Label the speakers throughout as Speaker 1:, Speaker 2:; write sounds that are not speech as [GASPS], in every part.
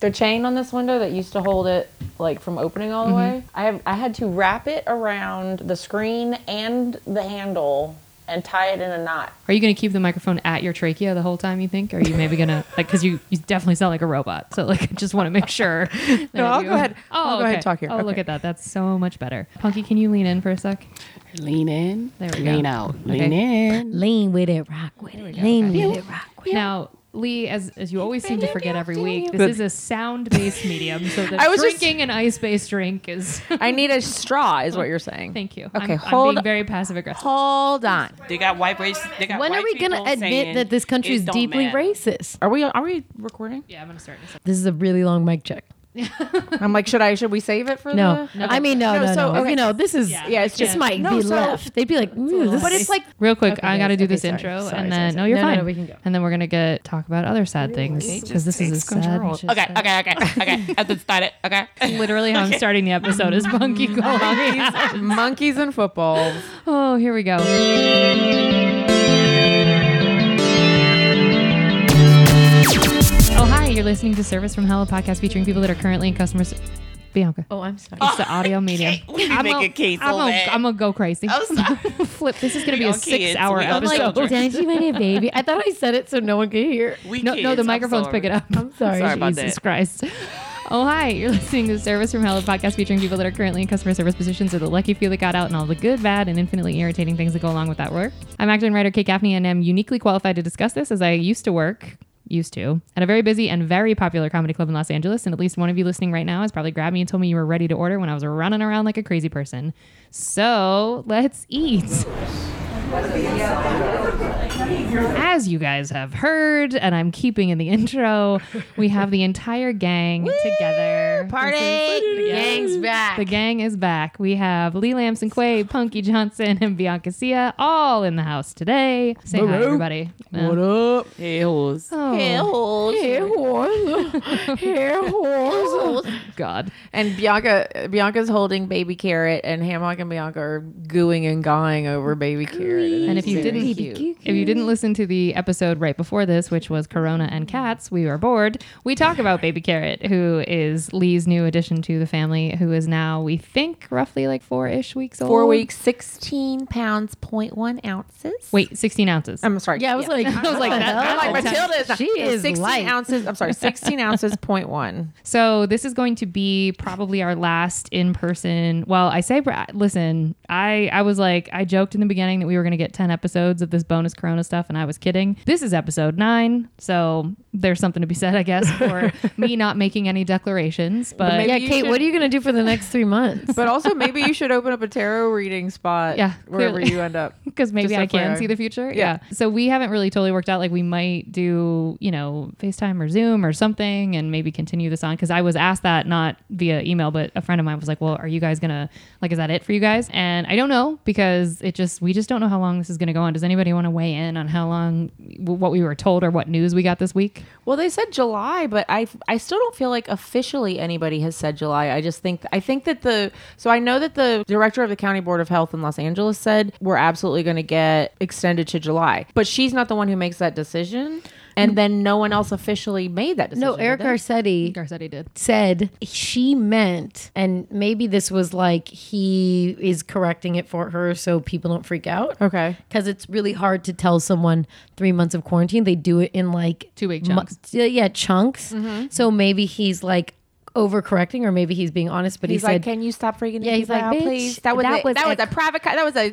Speaker 1: the chain on this window that used to hold it like from opening all the
Speaker 2: Mm-hmm.
Speaker 1: way. I have, I had to wrap it around the screen and the handle and tie it in a knot.
Speaker 3: Are you going to keep the microphone at your trachea the whole time? You think? Or are you maybe
Speaker 2: [LAUGHS]
Speaker 3: going to like because you, you definitely sound like a robot. So like, I just want to
Speaker 2: [LAUGHS]
Speaker 3: make sure. that
Speaker 2: No, I'll
Speaker 3: you-
Speaker 2: go ahead.
Speaker 3: Oh,
Speaker 2: I'll go ahead and
Speaker 3: okay.
Speaker 2: talk here.
Speaker 3: Oh, look
Speaker 2: Okay.
Speaker 3: at that. That's so much better. Punky, can you lean in for a sec?
Speaker 4: Lean in.
Speaker 3: There we go.
Speaker 4: lean out.
Speaker 3: Okay.
Speaker 4: Lean in.
Speaker 5: Lean with it, rock with it. Lean with it, rock with it.
Speaker 3: Now, Lee, as as you always seem to forget every week, this
Speaker 2: But-
Speaker 3: is a sound-based medium.
Speaker 2: [LAUGHS]
Speaker 3: So the
Speaker 2: I was just-
Speaker 3: drinking an ice-based drink is. [LAUGHS]
Speaker 2: I need a straw, is what you're saying.
Speaker 3: Thank you.
Speaker 2: Okay,
Speaker 3: I'm,
Speaker 2: hold
Speaker 3: I'm being very passive aggressive.
Speaker 2: Hold on.
Speaker 4: They got white race. They got
Speaker 5: When
Speaker 4: white
Speaker 5: are we going to
Speaker 4: people
Speaker 5: admit
Speaker 4: saying
Speaker 5: that this country
Speaker 4: it
Speaker 5: is
Speaker 4: don't
Speaker 5: deeply
Speaker 4: matter.
Speaker 5: racist?
Speaker 2: Are we are we recording?
Speaker 3: Yeah, I'm gonna start. In a second.
Speaker 5: This is a really long mic check.
Speaker 2: [LAUGHS] I'm like, should I should we save it for
Speaker 5: No,
Speaker 2: the
Speaker 5: I mean, no,
Speaker 2: No,
Speaker 5: no, no.
Speaker 2: so, okay.
Speaker 5: You know, this is,
Speaker 3: Yeah.
Speaker 2: Yeah, it's
Speaker 5: this
Speaker 2: just
Speaker 5: might
Speaker 2: No,
Speaker 5: be
Speaker 2: so-
Speaker 5: left. They'd be like, "Ooh, this
Speaker 2: But
Speaker 5: is-
Speaker 2: it's like
Speaker 3: Real quick,
Speaker 5: Okay,
Speaker 3: I got to
Speaker 5: guys.
Speaker 3: do
Speaker 5: Okay,
Speaker 3: this
Speaker 5: sorry.
Speaker 3: intro,
Speaker 5: Sorry,
Speaker 3: and
Speaker 5: sorry,
Speaker 3: then
Speaker 5: sorry.
Speaker 3: no, you're
Speaker 5: No, no,
Speaker 3: fine.
Speaker 5: no, we can go.
Speaker 3: And then we're gonna get talk about other sad things because this is a sad. shit
Speaker 4: Okay,
Speaker 3: show.
Speaker 4: okay, okay, okay. I
Speaker 5: [LAUGHS]
Speaker 4: just started. Okay.
Speaker 3: Literally, how I'm starting the episode is
Speaker 4: [LAUGHS]
Speaker 3: Punky going.
Speaker 2: monkeys and football.
Speaker 3: oh, here we go. Oh, hi! You're listening to Service from Hell, a podcast featuring people that are currently in customer. s- Bianca.
Speaker 5: oh, I'm sorry.
Speaker 3: It's the audio medium.
Speaker 4: [LAUGHS] we be making case
Speaker 3: I'm
Speaker 4: on
Speaker 3: gonna,
Speaker 4: that.
Speaker 3: I'm gonna go crazy.
Speaker 4: I'm sorry.
Speaker 3: [LAUGHS] Flip. This is gonna
Speaker 4: We
Speaker 3: be a
Speaker 4: on kids,
Speaker 3: six-hour
Speaker 4: we on
Speaker 5: I'm like,
Speaker 3: episode.
Speaker 4: children.
Speaker 5: did she made a baby? I thought I said it so no one could hear.
Speaker 4: We
Speaker 3: No, no,
Speaker 4: kids,
Speaker 3: the
Speaker 4: I'm
Speaker 3: microphones
Speaker 4: sorry.
Speaker 3: pick it up.
Speaker 5: I'm sorry.
Speaker 4: [LAUGHS] Sorry about
Speaker 3: Jesus
Speaker 4: that.
Speaker 3: Christ. [LAUGHS] Oh, hi. You're listening to Service from Hell, a podcast featuring people that are currently in customer service positions or the lucky few that got out and all the good, bad, and infinitely irritating things that go along with that work. I'm actor and writer Kate Gaffney, and I'm uniquely qualified to discuss this as I used to work. Used to at a very busy and very popular comedy club in Los Angeles, and at least one of you listening right now has probably grabbed me and told me you were ready to order when I was running around like a crazy person. So let's eat. As you guys have heard, and I'm keeping in the intro, we have the entire gang together.
Speaker 2: Party!
Speaker 3: The gang's back. The gang is back. We have Lee Lamson Quay, Punky Johnson, and Bianca Sia all in the house today. Say hi,
Speaker 2: Hello.
Speaker 3: everybody.
Speaker 2: What up?
Speaker 4: Hey, horse.
Speaker 3: Oh, [LAUGHS]
Speaker 5: Hair horse. Hair horse.
Speaker 3: God.
Speaker 2: And Bianca Bianca's holding baby carrot and Hammock and Bianca are gooing and gawing over baby carrot.
Speaker 3: And
Speaker 2: it's
Speaker 3: if you
Speaker 2: very
Speaker 3: didn't,
Speaker 2: cute.
Speaker 3: if you didn't listen to the episode right before this, which was Corona and cats, we were bored. We talk about Baby Carrot, who is Lee's new addition to the family, who is now we think roughly like four ish weeks old.
Speaker 2: four weeks, sixteen pounds point one ounces.
Speaker 3: Wait, sixteen ounces.
Speaker 2: I'm sorry.
Speaker 5: Yeah, I was like, I was like,
Speaker 3: that-
Speaker 5: that,
Speaker 2: I'm like
Speaker 3: that's-
Speaker 2: Matilda is not-
Speaker 5: She
Speaker 2: it's
Speaker 5: is
Speaker 2: 16
Speaker 5: light.
Speaker 2: ounces. I'm [LAUGHS] sorry, 16 ounces point one.
Speaker 3: So this is going to be probably our last in person. Well, I say, bra- listen, I I was like, I joked in the beginning that we were going to get ten episodes of this bonus Corona stuff, and I was kidding. This is episode nine, so there's something to be said, I guess,
Speaker 2: [LAUGHS]
Speaker 3: for me not making any declarations. But
Speaker 2: maybe
Speaker 5: yeah,
Speaker 2: you
Speaker 5: Kate,
Speaker 2: should-
Speaker 5: what are you gonna do for the next three months?
Speaker 2: But also, maybe you should open up a tarot reading spot.
Speaker 3: Yeah,
Speaker 2: wherever
Speaker 3: clearly.
Speaker 2: you end up.
Speaker 3: because maybe
Speaker 2: Just
Speaker 3: I can
Speaker 2: FYI.
Speaker 3: see the future.
Speaker 2: Yeah.
Speaker 3: Yeah. So we haven't really totally worked out. Like we might do, you know, FaceTime or Zoom or something, and maybe continue this on. Because I was asked that not via email, but a friend of mine was like, "Well, are you guys gonna like? Is that it for you guys?" And I don't know because it just we just don't know how long this is gonna go on. Does anybody want to weigh in on how long, w- what we were told, or what news we got this week?
Speaker 2: [LAUGHS] Well, they said July, but I I still don't feel like officially anybody has said July. I just think I think that the so I know that the director of the county board of health in Los Angeles said we're absolutely going to get extended to July, but she's not the one who makes that decision, and then no one else officially made that decision.
Speaker 5: no, Eric
Speaker 2: did they?
Speaker 5: Garcetti
Speaker 3: Garcetti did.
Speaker 5: said she meant, and maybe this was like he is correcting it for her so people don't freak out.
Speaker 2: Okay.
Speaker 5: Because it's really hard to tell someone three months of quarantine. They do it in like
Speaker 3: Two-week
Speaker 5: mo-
Speaker 3: chunks.
Speaker 5: yeah, yeah, chunks.
Speaker 2: Mm-hmm.
Speaker 5: So maybe he's like overcorrecting, or maybe he's being honest. But
Speaker 2: He's
Speaker 5: he said,
Speaker 2: like, "Can you stop freaking
Speaker 5: Yeah,
Speaker 2: me
Speaker 5: he's like,
Speaker 2: out,
Speaker 5: "Bitch,
Speaker 2: please?" That was
Speaker 5: that
Speaker 2: a,
Speaker 5: was
Speaker 2: that was
Speaker 5: a-
Speaker 2: a private co- that
Speaker 5: [LAUGHS]
Speaker 2: was a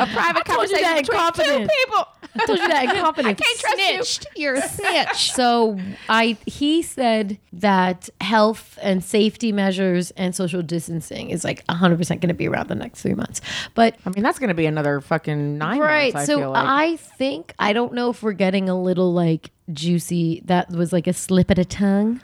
Speaker 2: a private
Speaker 5: told you
Speaker 2: conversation
Speaker 5: that in
Speaker 2: between
Speaker 5: confidence.
Speaker 2: two people.
Speaker 5: I told
Speaker 2: [LAUGHS]
Speaker 5: you that in confidence.
Speaker 2: can't trust you. Snitched.
Speaker 5: You're [LAUGHS] a snitch. So I he said that health and safety measures and social distancing is like 100% going to be around the next 3 months. But
Speaker 2: I mean, that's going to be another fucking nine
Speaker 5: right,
Speaker 2: months. I
Speaker 5: so
Speaker 2: feel like.
Speaker 5: I think I don't know if we're getting a little like juicy that was like a slip at a tongue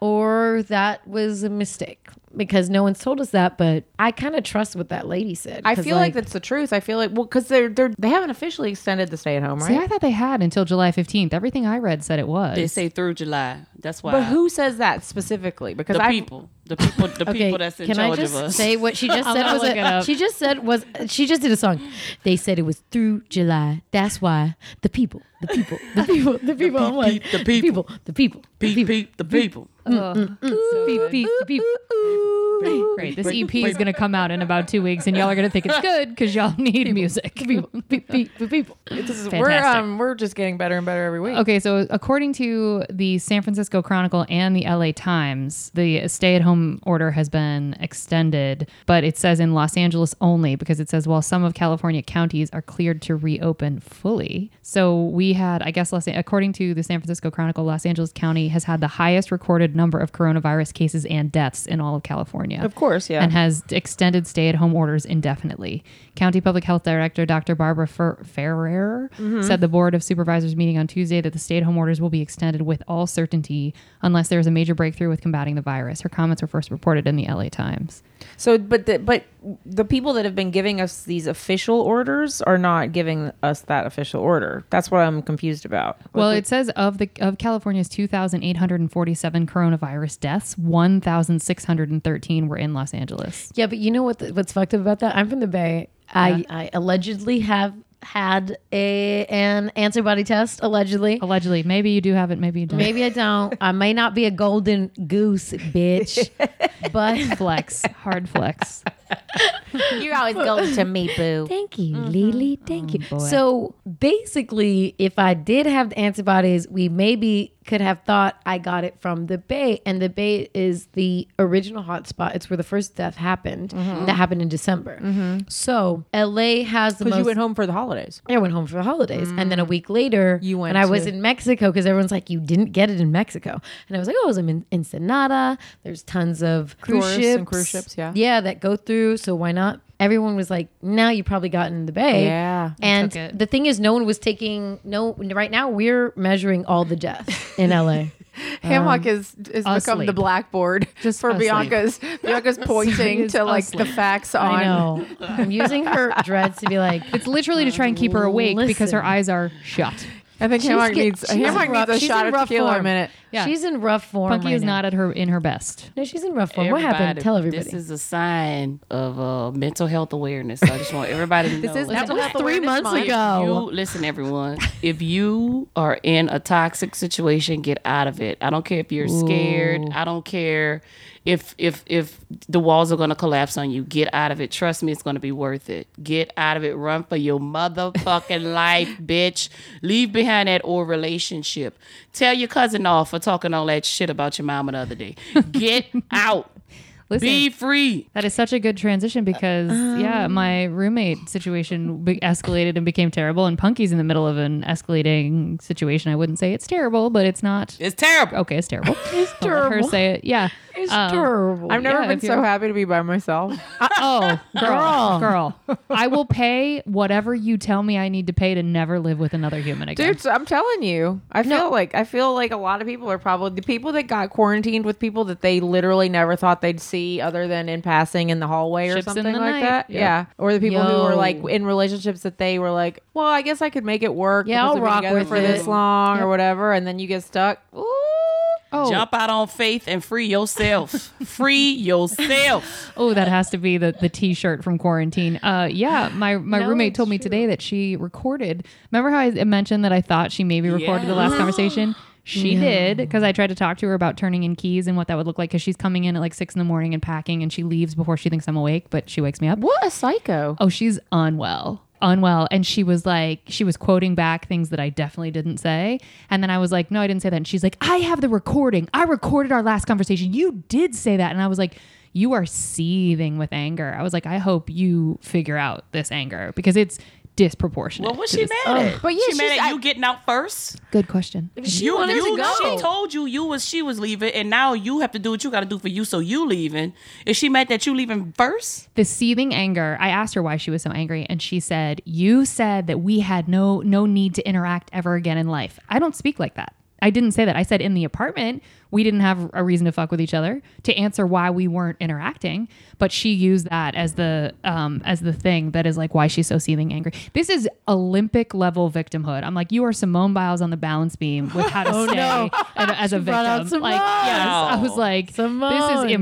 Speaker 5: or that was a mistake. because no one's told us that, but I kind of trust what that lady said.
Speaker 2: I
Speaker 5: 'cause,
Speaker 2: feel like, that's the truth. I feel like well, because they're they're they haven't officially extended the stay at home, right?
Speaker 3: See, I thought they had until July 15th. Everything I read said it was.
Speaker 4: They say through July. That's why.
Speaker 2: but who says that specifically? Because
Speaker 4: The
Speaker 2: I
Speaker 4: people. The people. The
Speaker 5: [LAUGHS] Okay,
Speaker 4: people that's in
Speaker 5: can I
Speaker 4: charge
Speaker 5: just
Speaker 4: of us.
Speaker 5: say what she just said
Speaker 3: gonna
Speaker 5: was
Speaker 3: look it
Speaker 5: a,
Speaker 3: up.
Speaker 5: she just said was she just did a song. They said it was through July. That's why the people, the people, the people, the people, I'm like,
Speaker 4: peep, the people.
Speaker 5: the people, the
Speaker 4: Peep,
Speaker 5: people,
Speaker 4: peep, the people. mm,
Speaker 3: Beep, beep, beep. Great. This EP is going to come out in about two weeks, and y'all are going to think it's good because y'all need music.
Speaker 5: the people, the people.
Speaker 2: this is, we're
Speaker 3: Fantastic.
Speaker 2: um we're just getting better and better every week.
Speaker 3: Okay, so according to the San Francisco Chronicle and the LA Times, the stay at home order has been extended, but it says in Los Angeles only because it says while some of California counties are cleared to reopen fully. So we had, I guess, Los, according to the San Francisco Chronicle, Los Angeles County has had the highest recorded number of coronavirus cases and deaths in all of California.
Speaker 2: Of course, yeah.
Speaker 3: And has extended stay at home orders indefinitely. County Public Health Director Dr. Barbara Fer- Ferrer said the Board of Supervisors meeting on Tuesday that the stay at home orders will be extended with all certainty unless there is a major breakthrough with combating the virus. Her comments were first reported in the LA Times.
Speaker 2: So, but the, but the people that have been giving us these official orders are not giving us that official order. That's what I'm confused about.
Speaker 3: Well, it says of the of California's 2,847 coronavirus deaths, 1,613 were in Los Angeles.
Speaker 5: Yeah, but you know what? The, what's fucked up about that? I'm from the Bay. I, I allegedly have had a an antibody test. Allegedly,
Speaker 2: Oh.
Speaker 3: Allegedly, maybe you do have it, maybe you don't.
Speaker 5: maybe I don't. I may not be a golden
Speaker 2: [LAUGHS]
Speaker 5: goose, bitch. but
Speaker 3: Flex, hard flex.
Speaker 2: you always go to [LAUGHS] me, boo.
Speaker 5: thank you,
Speaker 2: Mm-hmm. Oh,
Speaker 5: Lily. Thank you. so basically, if I did have the antibodies, we maybe could have thought I got it from the Bay, and the Bay is the original hotspot. It's where the first death happened.
Speaker 2: Mm-hmm.
Speaker 5: That happened in December. So LA has the most.
Speaker 2: Because you went home for the holidays.
Speaker 5: I went home for the holidays, and
Speaker 6: Mm.
Speaker 5: then a week later,
Speaker 2: You went
Speaker 5: And I was
Speaker 2: to-
Speaker 5: in Mexico because everyone's like, "You didn't get it in Mexico," and I was like, "Oh, I was in Ensenada. There's tons of cruise
Speaker 2: Tourists
Speaker 5: ships
Speaker 2: and cruise ships, yeah.
Speaker 5: yeah, that go through. So why not?" Everyone was like, "No, you probably got it in the Bay."
Speaker 2: Yeah, you
Speaker 5: and
Speaker 3: took it.
Speaker 5: the thing is, no one was taking no. Right now, we're measuring all the deaths in
Speaker 6: [LAUGHS]
Speaker 5: LA.
Speaker 6: Hammock
Speaker 5: Um,
Speaker 6: is has become
Speaker 3: asleep.
Speaker 5: [LAUGHS]
Speaker 6: the blackboard
Speaker 3: Just
Speaker 6: just for
Speaker 3: asleep.
Speaker 6: Bianca's. Bianca's pointing
Speaker 3: It's
Speaker 6: to like the
Speaker 3: asleep.
Speaker 6: facts
Speaker 5: I
Speaker 6: on.
Speaker 5: know. I'm using her dreads to be like,
Speaker 3: It's literally to try and keep her awake because her
Speaker 5: Listen.
Speaker 3: eyes are shut.
Speaker 6: I think Hammock
Speaker 5: get-
Speaker 6: needs
Speaker 5: she's
Speaker 6: Hammock
Speaker 5: in rough-
Speaker 6: needs a
Speaker 5: she's in
Speaker 6: shot of
Speaker 5: rough
Speaker 6: tequila in a
Speaker 5: form.
Speaker 6: minute.
Speaker 3: Yeah.
Speaker 5: She's in rough form.
Speaker 3: Punky
Speaker 5: right
Speaker 3: is
Speaker 5: now.
Speaker 3: not at her in her best.
Speaker 5: No, she's in rough form. What happened? Tell everybody.
Speaker 4: This is a sign of uh, mental health awareness. So I just want everybody
Speaker 5: [LAUGHS]
Speaker 4: to know.
Speaker 6: This is
Speaker 4: Listen,
Speaker 6: mental
Speaker 5: was
Speaker 6: health
Speaker 5: three
Speaker 6: awareness
Speaker 5: months
Speaker 6: month.
Speaker 5: ago.
Speaker 4: if
Speaker 5: Oh.
Speaker 4: you- listen, everyone. If you are in a toxic situation, get out of it. I don't care if you're scared. I don't care if if if the walls are gonna collapse on you. Get out of it. Trust me, it's gonna be worth it. Get out of it. Run for your
Speaker 3: [LAUGHS]
Speaker 4: motherfucking life, bitch. Leave behind that old relationship. Tell your cousin off for talking all that shit about your mama the other day.
Speaker 3: [LAUGHS]
Speaker 4: Get out.
Speaker 3: Listen,
Speaker 4: Be free.
Speaker 3: That is such a good transition because yeah, my roommate situation be- escalated and became terrible, and Punky's in the middle of an escalating situation. I wouldn't say it's terrible, but it's not
Speaker 4: It's terrible.
Speaker 3: okay. It's terrible. it's Let her
Speaker 5: terrible.
Speaker 3: say it. Yeah. Um, It's
Speaker 5: terrible.
Speaker 6: I've never
Speaker 3: Yeah,
Speaker 6: been
Speaker 3: if you're-
Speaker 6: so happy to be by myself.
Speaker 3: [LAUGHS] oh, girl, girl. I will pay whatever you tell me I need to pay to never live with another human again.
Speaker 6: Dude, so I'm telling you, I feel like I feel like a lot of people are probably the people that got quarantined with people that they literally never thought they'd see other than in passing in the hallway or
Speaker 3: Ships in
Speaker 6: something
Speaker 3: the
Speaker 6: like
Speaker 3: night.
Speaker 6: that.
Speaker 3: Yep.
Speaker 6: Yeah, or the people who were
Speaker 5: Yo.
Speaker 6: like in relationships that they were like, well, I guess I could make it work.
Speaker 5: Yeah,
Speaker 6: because
Speaker 5: I'll
Speaker 6: we've been
Speaker 5: rock
Speaker 6: together
Speaker 5: with
Speaker 6: for
Speaker 5: it.
Speaker 6: this long or whatever, and then you get stuck. Ooh,
Speaker 3: oh,
Speaker 4: Jump out on faith and
Speaker 3: [LAUGHS]
Speaker 4: free yourself. free yourself.
Speaker 3: Oh, that has to be the the T-shirt from quarantine. Uh, yeah, my my roommate told me today that she recorded. Remember how I mentioned that I thought she maybe recorded the last conversation. She did because I tried to talk to her about turning in keys and what that would look like because she's coming in at like six in the morning and packing and she leaves before she thinks I'm awake, but she wakes me up.
Speaker 6: what a psycho!
Speaker 3: Oh, she's unwell. Unwell. And she was like, she was quoting back things that I definitely didn't say. And then I was like, no, I didn't say that. And she's like, I have the recording. I recorded our last conversation. You did say that. And I was like, you are seething with anger. I was like, I hope you figure out this anger because it's disproportionate.
Speaker 4: Well, what
Speaker 3: to
Speaker 4: she
Speaker 3: this- Oh.
Speaker 4: mad at?
Speaker 6: But yeah,
Speaker 4: she mad
Speaker 6: she's-
Speaker 4: at
Speaker 6: I-
Speaker 4: you getting out first.
Speaker 3: Good question.
Speaker 4: you,
Speaker 6: wanted
Speaker 4: you,
Speaker 6: to go.
Speaker 4: She told you you was she was leaving, and now you have to do what you got to do for you. So you leaving? Is she mad that you leaving first?
Speaker 3: the seething anger i asked her why she was so angry and she said you said that we had no no need to interact ever again in life i don't speak like that i didn't say that i said in the apartment we didn't have a reason to fuck with each other to answer why we weren't interacting. But she used that as the um, as the thing that is like why she's so seething angry. This is Olympic level victimhood. I'm like, you are Simone Biles on the balance beam with
Speaker 5: [LAUGHS]
Speaker 3: how to stay and- as a victim.
Speaker 5: Oh, brought out Simone.
Speaker 3: Like, yes, I was like, this
Speaker 5: Simone.
Speaker 3: is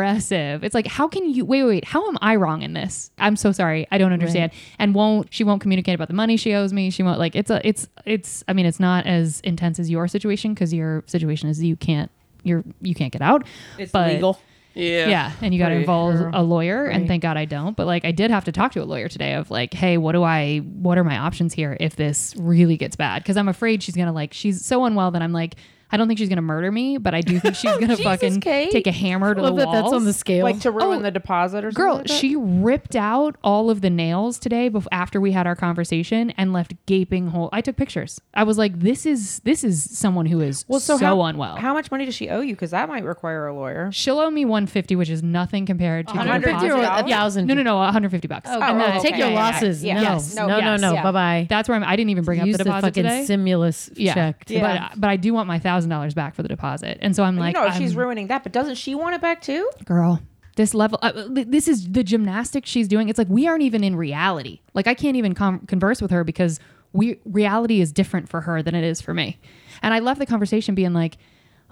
Speaker 3: impressive. It's like, how can you wait, wait, wait, how am I wrong in this? I'm so sorry. I don't understand. And won't she won't communicate about the money she owes me. She won't like it's a it's it's I mean, it's not as intense as your situation because your situation is you can't you're you can't get out. It's
Speaker 1: legal.
Speaker 4: Yeah.
Speaker 3: Yeah, and you got to
Speaker 4: Right.
Speaker 3: involve a lawyer, and thank God I don't. But like, I did have to talk to a lawyer today of like, hey, what do I, what are my options here if this really gets bad? Because I'm afraid she's gonna like, she's so unwell that I'm like, I don't think she's gonna murder me, but I do think
Speaker 5: [LAUGHS]
Speaker 3: she's gonna fucking take a hammer to
Speaker 5: Love
Speaker 3: the
Speaker 5: that
Speaker 3: wall.
Speaker 5: that's on the scale.
Speaker 6: like to ruin the deposit or
Speaker 3: Girl,
Speaker 6: something. like that?
Speaker 3: she ripped out all of the nails today bef- after we had our conversation and left gaping hole. I took pictures. I was like, this is this is someone who is so,
Speaker 6: how,
Speaker 3: unwell.
Speaker 6: How much money does she owe you? Because that might require a lawyer.
Speaker 3: She'll owe me 150, which is nothing compared to the
Speaker 6: 150
Speaker 3: deposit.
Speaker 6: or a
Speaker 5: thousand?
Speaker 3: No, no, no, 150 bucks.
Speaker 5: Oh,
Speaker 3: And
Speaker 5: no,
Speaker 3: that-
Speaker 5: take
Speaker 3: yeah,
Speaker 5: your
Speaker 3: yeah, yeah.
Speaker 5: losses.
Speaker 6: yeah.
Speaker 5: No.
Speaker 6: Yes.
Speaker 5: no,
Speaker 6: No,
Speaker 5: no,
Speaker 6: yes,
Speaker 5: no.
Speaker 6: yeah.
Speaker 5: Bye bye.
Speaker 3: That's where I'm, I didn't even bring
Speaker 5: Use
Speaker 3: up the
Speaker 5: the,
Speaker 3: deposit
Speaker 5: fucking
Speaker 3: today.
Speaker 5: stimulus
Speaker 3: yeah,
Speaker 5: check. to-
Speaker 3: but but I do want my thousand dollars back for the deposit, and so I'm like,
Speaker 6: no,
Speaker 3: I'm-
Speaker 6: she's ruining that. But doesn't she want it back too?
Speaker 3: girl this level uh, th- this is the gymnastics she's doing it's like we aren't even in reality like i can't even com- converse with her because we reality is different for her than it is for me and i left the conversation being like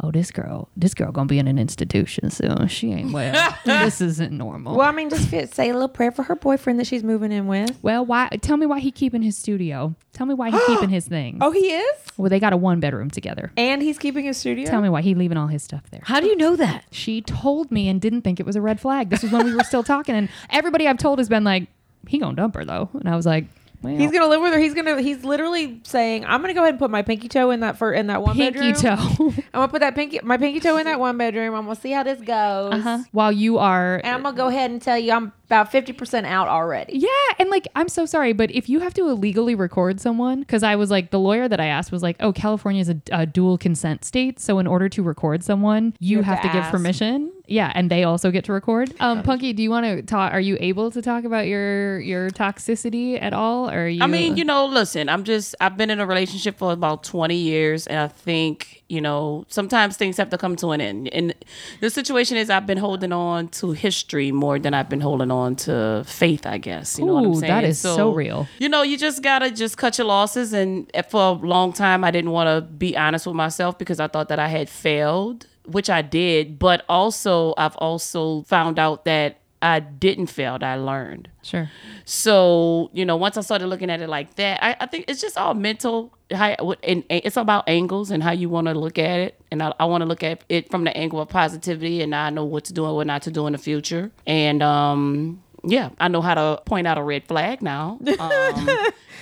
Speaker 3: oh this girl this girl gonna be in an institution soon she ain't
Speaker 6: [LAUGHS]
Speaker 3: well this isn't normal
Speaker 6: Well, I mean, just fit, say a little prayer for her boyfriend that she's moving in with.
Speaker 3: well why tell me why he keeping his studio tell me
Speaker 6: [GASPS]
Speaker 3: why he keeping his things
Speaker 6: Oh, he is,
Speaker 3: well they got a one bedroom together
Speaker 6: and he's keeping his studio.
Speaker 3: tell me why he leaving all his stuff there
Speaker 5: How do you know that?
Speaker 3: she told me and didn't think it was a red flag. This was when we were still talking, and everybody I've told has been like, "He gonna dump her though," and I was like, well,
Speaker 6: He's gonna live with her. He's gonna. He's literally saying, "I'm gonna go ahead and put my pinky toe in that for in that one
Speaker 3: pinky
Speaker 6: bedroom.
Speaker 3: toe."
Speaker 6: I'm gonna put that pinky my pinky toe in that one bedroom. I'm gonna see how this goes,
Speaker 3: uh-huh. While you are,
Speaker 6: and I'm gonna go ahead and tell you I'm about fifty percent out already.
Speaker 3: yeah, and like I'm so sorry, but if you have to illegally record someone, because I was like, the lawyer that I asked was like, "Oh, California is a, a dual consent state, so in order to record someone, you, have,
Speaker 6: have
Speaker 3: to,
Speaker 6: to
Speaker 3: give
Speaker 6: ask."
Speaker 3: permission." Yeah, and they also get to record. Um, Punky, do you want to talk? Are you able to talk about your your toxicity at all? Or are you?
Speaker 4: I mean, you know, listen, I'm just, I've been in a relationship for about 20 years, and I think, you know, sometimes things have to come to an end. And the situation is, I've been holding on to history more than I've been holding on to faith, I guess. You know what I'm
Speaker 3: Ooh,
Speaker 4: saying?
Speaker 3: that is so real.
Speaker 4: You know, you just gotta just cut your losses. And for a long time, I didn't want to be honest with myself because I thought that I had failed, which I did. But also, I've also found out that I didn't fail. that I learned.
Speaker 3: sure.
Speaker 4: So, you know, once I started looking at it like that, I, I think it's just all mental. How, what- and and it's about angles and how you want to look at it. And I, I want to look at it from the angle of positivity, and now I know what to do and what not to do in the future. And um, yeah, I know how to point out a red flag now. [LAUGHS] Um,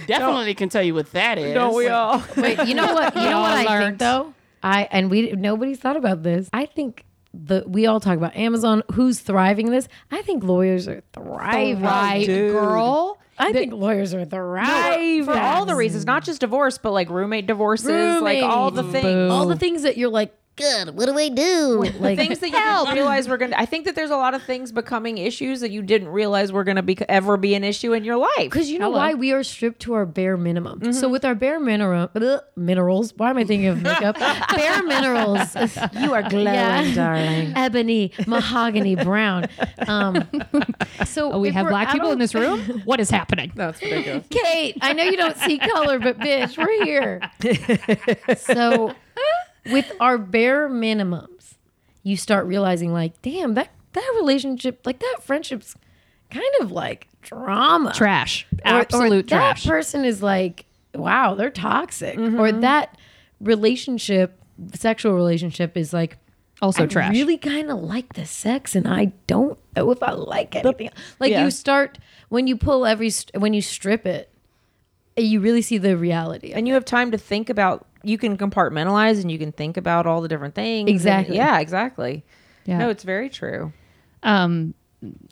Speaker 4: definitely can tell you what that is. Don't we all?
Speaker 5: Wait, you know what? You know what I think
Speaker 3: learned.
Speaker 5: though. I and we nobody's thought about this. I think the we all talk about Amazon. Who's thriving this? I think lawyers are thriving.
Speaker 3: Right, girl.
Speaker 5: I think lawyers are thriving.
Speaker 6: For all the reasons, not just divorce, but like roommate divorces, like all the
Speaker 5: Roommate.
Speaker 6: things.
Speaker 5: all the things that you're like, good. What do I do? Like
Speaker 6: things that you didn't realize were going to i think that there's a lot of things becoming issues that you didn't realize were going to be ever be an issue in your life
Speaker 5: Because you know why we are stripped to our bare minimum.
Speaker 3: Mm-hmm.
Speaker 5: So with our bare mineral bleh, minerals, why am I thinking of
Speaker 3: [LAUGHS]
Speaker 5: makeup? bare minerals.
Speaker 6: [LAUGHS]
Speaker 5: You are glowing, darling. Ebony, mahogany, brown.
Speaker 3: [LAUGHS]
Speaker 5: Um, so
Speaker 3: Oh, We
Speaker 5: if
Speaker 3: have
Speaker 5: we're
Speaker 3: black
Speaker 5: out
Speaker 3: people
Speaker 5: on-
Speaker 3: in this room. What is
Speaker 4: [LAUGHS]
Speaker 3: happening?
Speaker 5: Kate, I know you don't see color, but bitch, we're here.
Speaker 3: [LAUGHS]
Speaker 5: so with our bare minimums, you start realizing like, damn, that that relationship, like that friendship's kind of like drama.
Speaker 3: Trash.
Speaker 5: Or- or
Speaker 3: Absolute trash.
Speaker 5: That person is like, wow, they're toxic. Or
Speaker 6: Mm-hmm.
Speaker 5: that relationship, sexual relationship is like
Speaker 3: also
Speaker 5: I
Speaker 3: trash.
Speaker 5: really kind of like the sex, and I don't know if I like anything. else. like
Speaker 6: yeah.
Speaker 5: you start when you pull every st- when you strip it, you really see the reality.
Speaker 6: and you have time to think about you can compartmentalize and you can think about all the different things and-
Speaker 5: Exactly.
Speaker 6: yeah exactly
Speaker 3: Yeah.
Speaker 6: no it's very true
Speaker 3: um,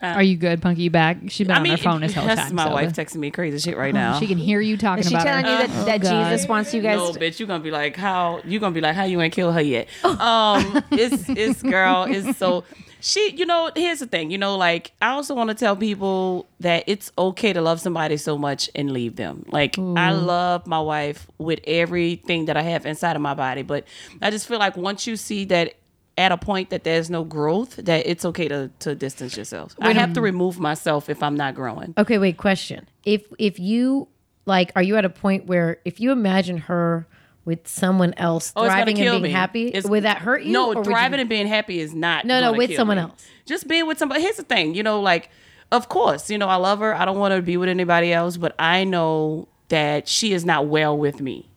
Speaker 3: are you good, Punky? You back? She's been
Speaker 4: Uh, I mean,
Speaker 3: on her phone this whole
Speaker 4: [LAUGHS] that's
Speaker 3: time.
Speaker 4: my
Speaker 3: so Oh,
Speaker 4: wife Uh, texting me crazy shit right now.
Speaker 3: She can hear you talking
Speaker 6: is she
Speaker 3: about
Speaker 6: telling
Speaker 3: her.
Speaker 6: you that, that
Speaker 5: Oh, God.
Speaker 6: jesus wants you guys
Speaker 4: No,
Speaker 6: to-
Speaker 4: bitch, you're gonna be like, how you gonna be like, how you ain't kill her
Speaker 6: [LAUGHS]
Speaker 4: yet?
Speaker 6: Oh.
Speaker 4: Um, it's it's girl, it's so she. You know, here's the thing. You know, like I also want to tell people that it's okay to love somebody so much and leave them. Like I love my wife with everything that I have inside of my body, but I just feel like once you see that at a point that there's no growth, that it's okay to, to distance yourself. I have to remove myself if I'm not growing.
Speaker 5: Okay, wait, question. If if you like are you at a point where if you imagine her with someone else
Speaker 4: Oh, it's gonna
Speaker 5: thriving and
Speaker 4: kill
Speaker 5: being
Speaker 4: me.
Speaker 5: happy,
Speaker 4: It's-
Speaker 5: would that hurt you?
Speaker 4: No,
Speaker 5: or would you-
Speaker 4: thriving and being happy is not.
Speaker 5: No, no,
Speaker 4: gonna
Speaker 5: with
Speaker 4: kill
Speaker 5: someone
Speaker 4: me.
Speaker 5: else.
Speaker 4: Just being with somebody. Here's the thing, you know, like, of course, you know, I love her. I don't want her to be with anybody else, but I know that she is not well with me.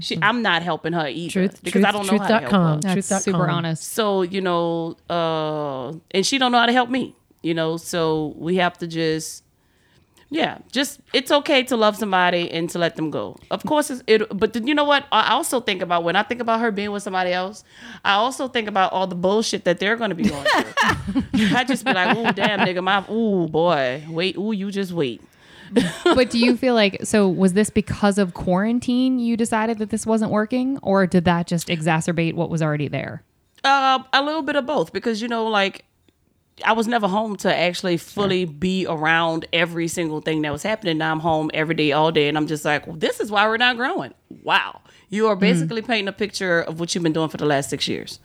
Speaker 4: she, I'm not helping her either
Speaker 5: Mm, truth
Speaker 4: because
Speaker 5: truth,
Speaker 4: I don't know
Speaker 5: truth
Speaker 4: how
Speaker 5: dot
Speaker 4: to help
Speaker 5: com,
Speaker 4: her.
Speaker 5: truth dot
Speaker 3: That's super
Speaker 5: com.
Speaker 4: [LAUGHS]
Speaker 3: honest.
Speaker 4: So you know, uh, and she don't know how to help me. You know, so we have to just, yeah, just it's okay to love somebody and to let them go. Of course, it's, it. But then you know what? I also think about when I think about her being with somebody else. I also think about all the bullshit that they're going to be going through. I just be like, ooh, damn, nigga, my, ooh, boy, wait, ooh, you just wait.
Speaker 3: but do you feel like so was this because of quarantine you decided that this wasn't working or did that just exacerbate what was already there?
Speaker 4: Uh, a little bit of both because you know, like I was never home to actually fully be around every single thing that was happening. Now I'm home every day, all day, and I'm just like, well, this is why we're not growing. Wow, you are basically painting a picture of what you've been doing for the last six years.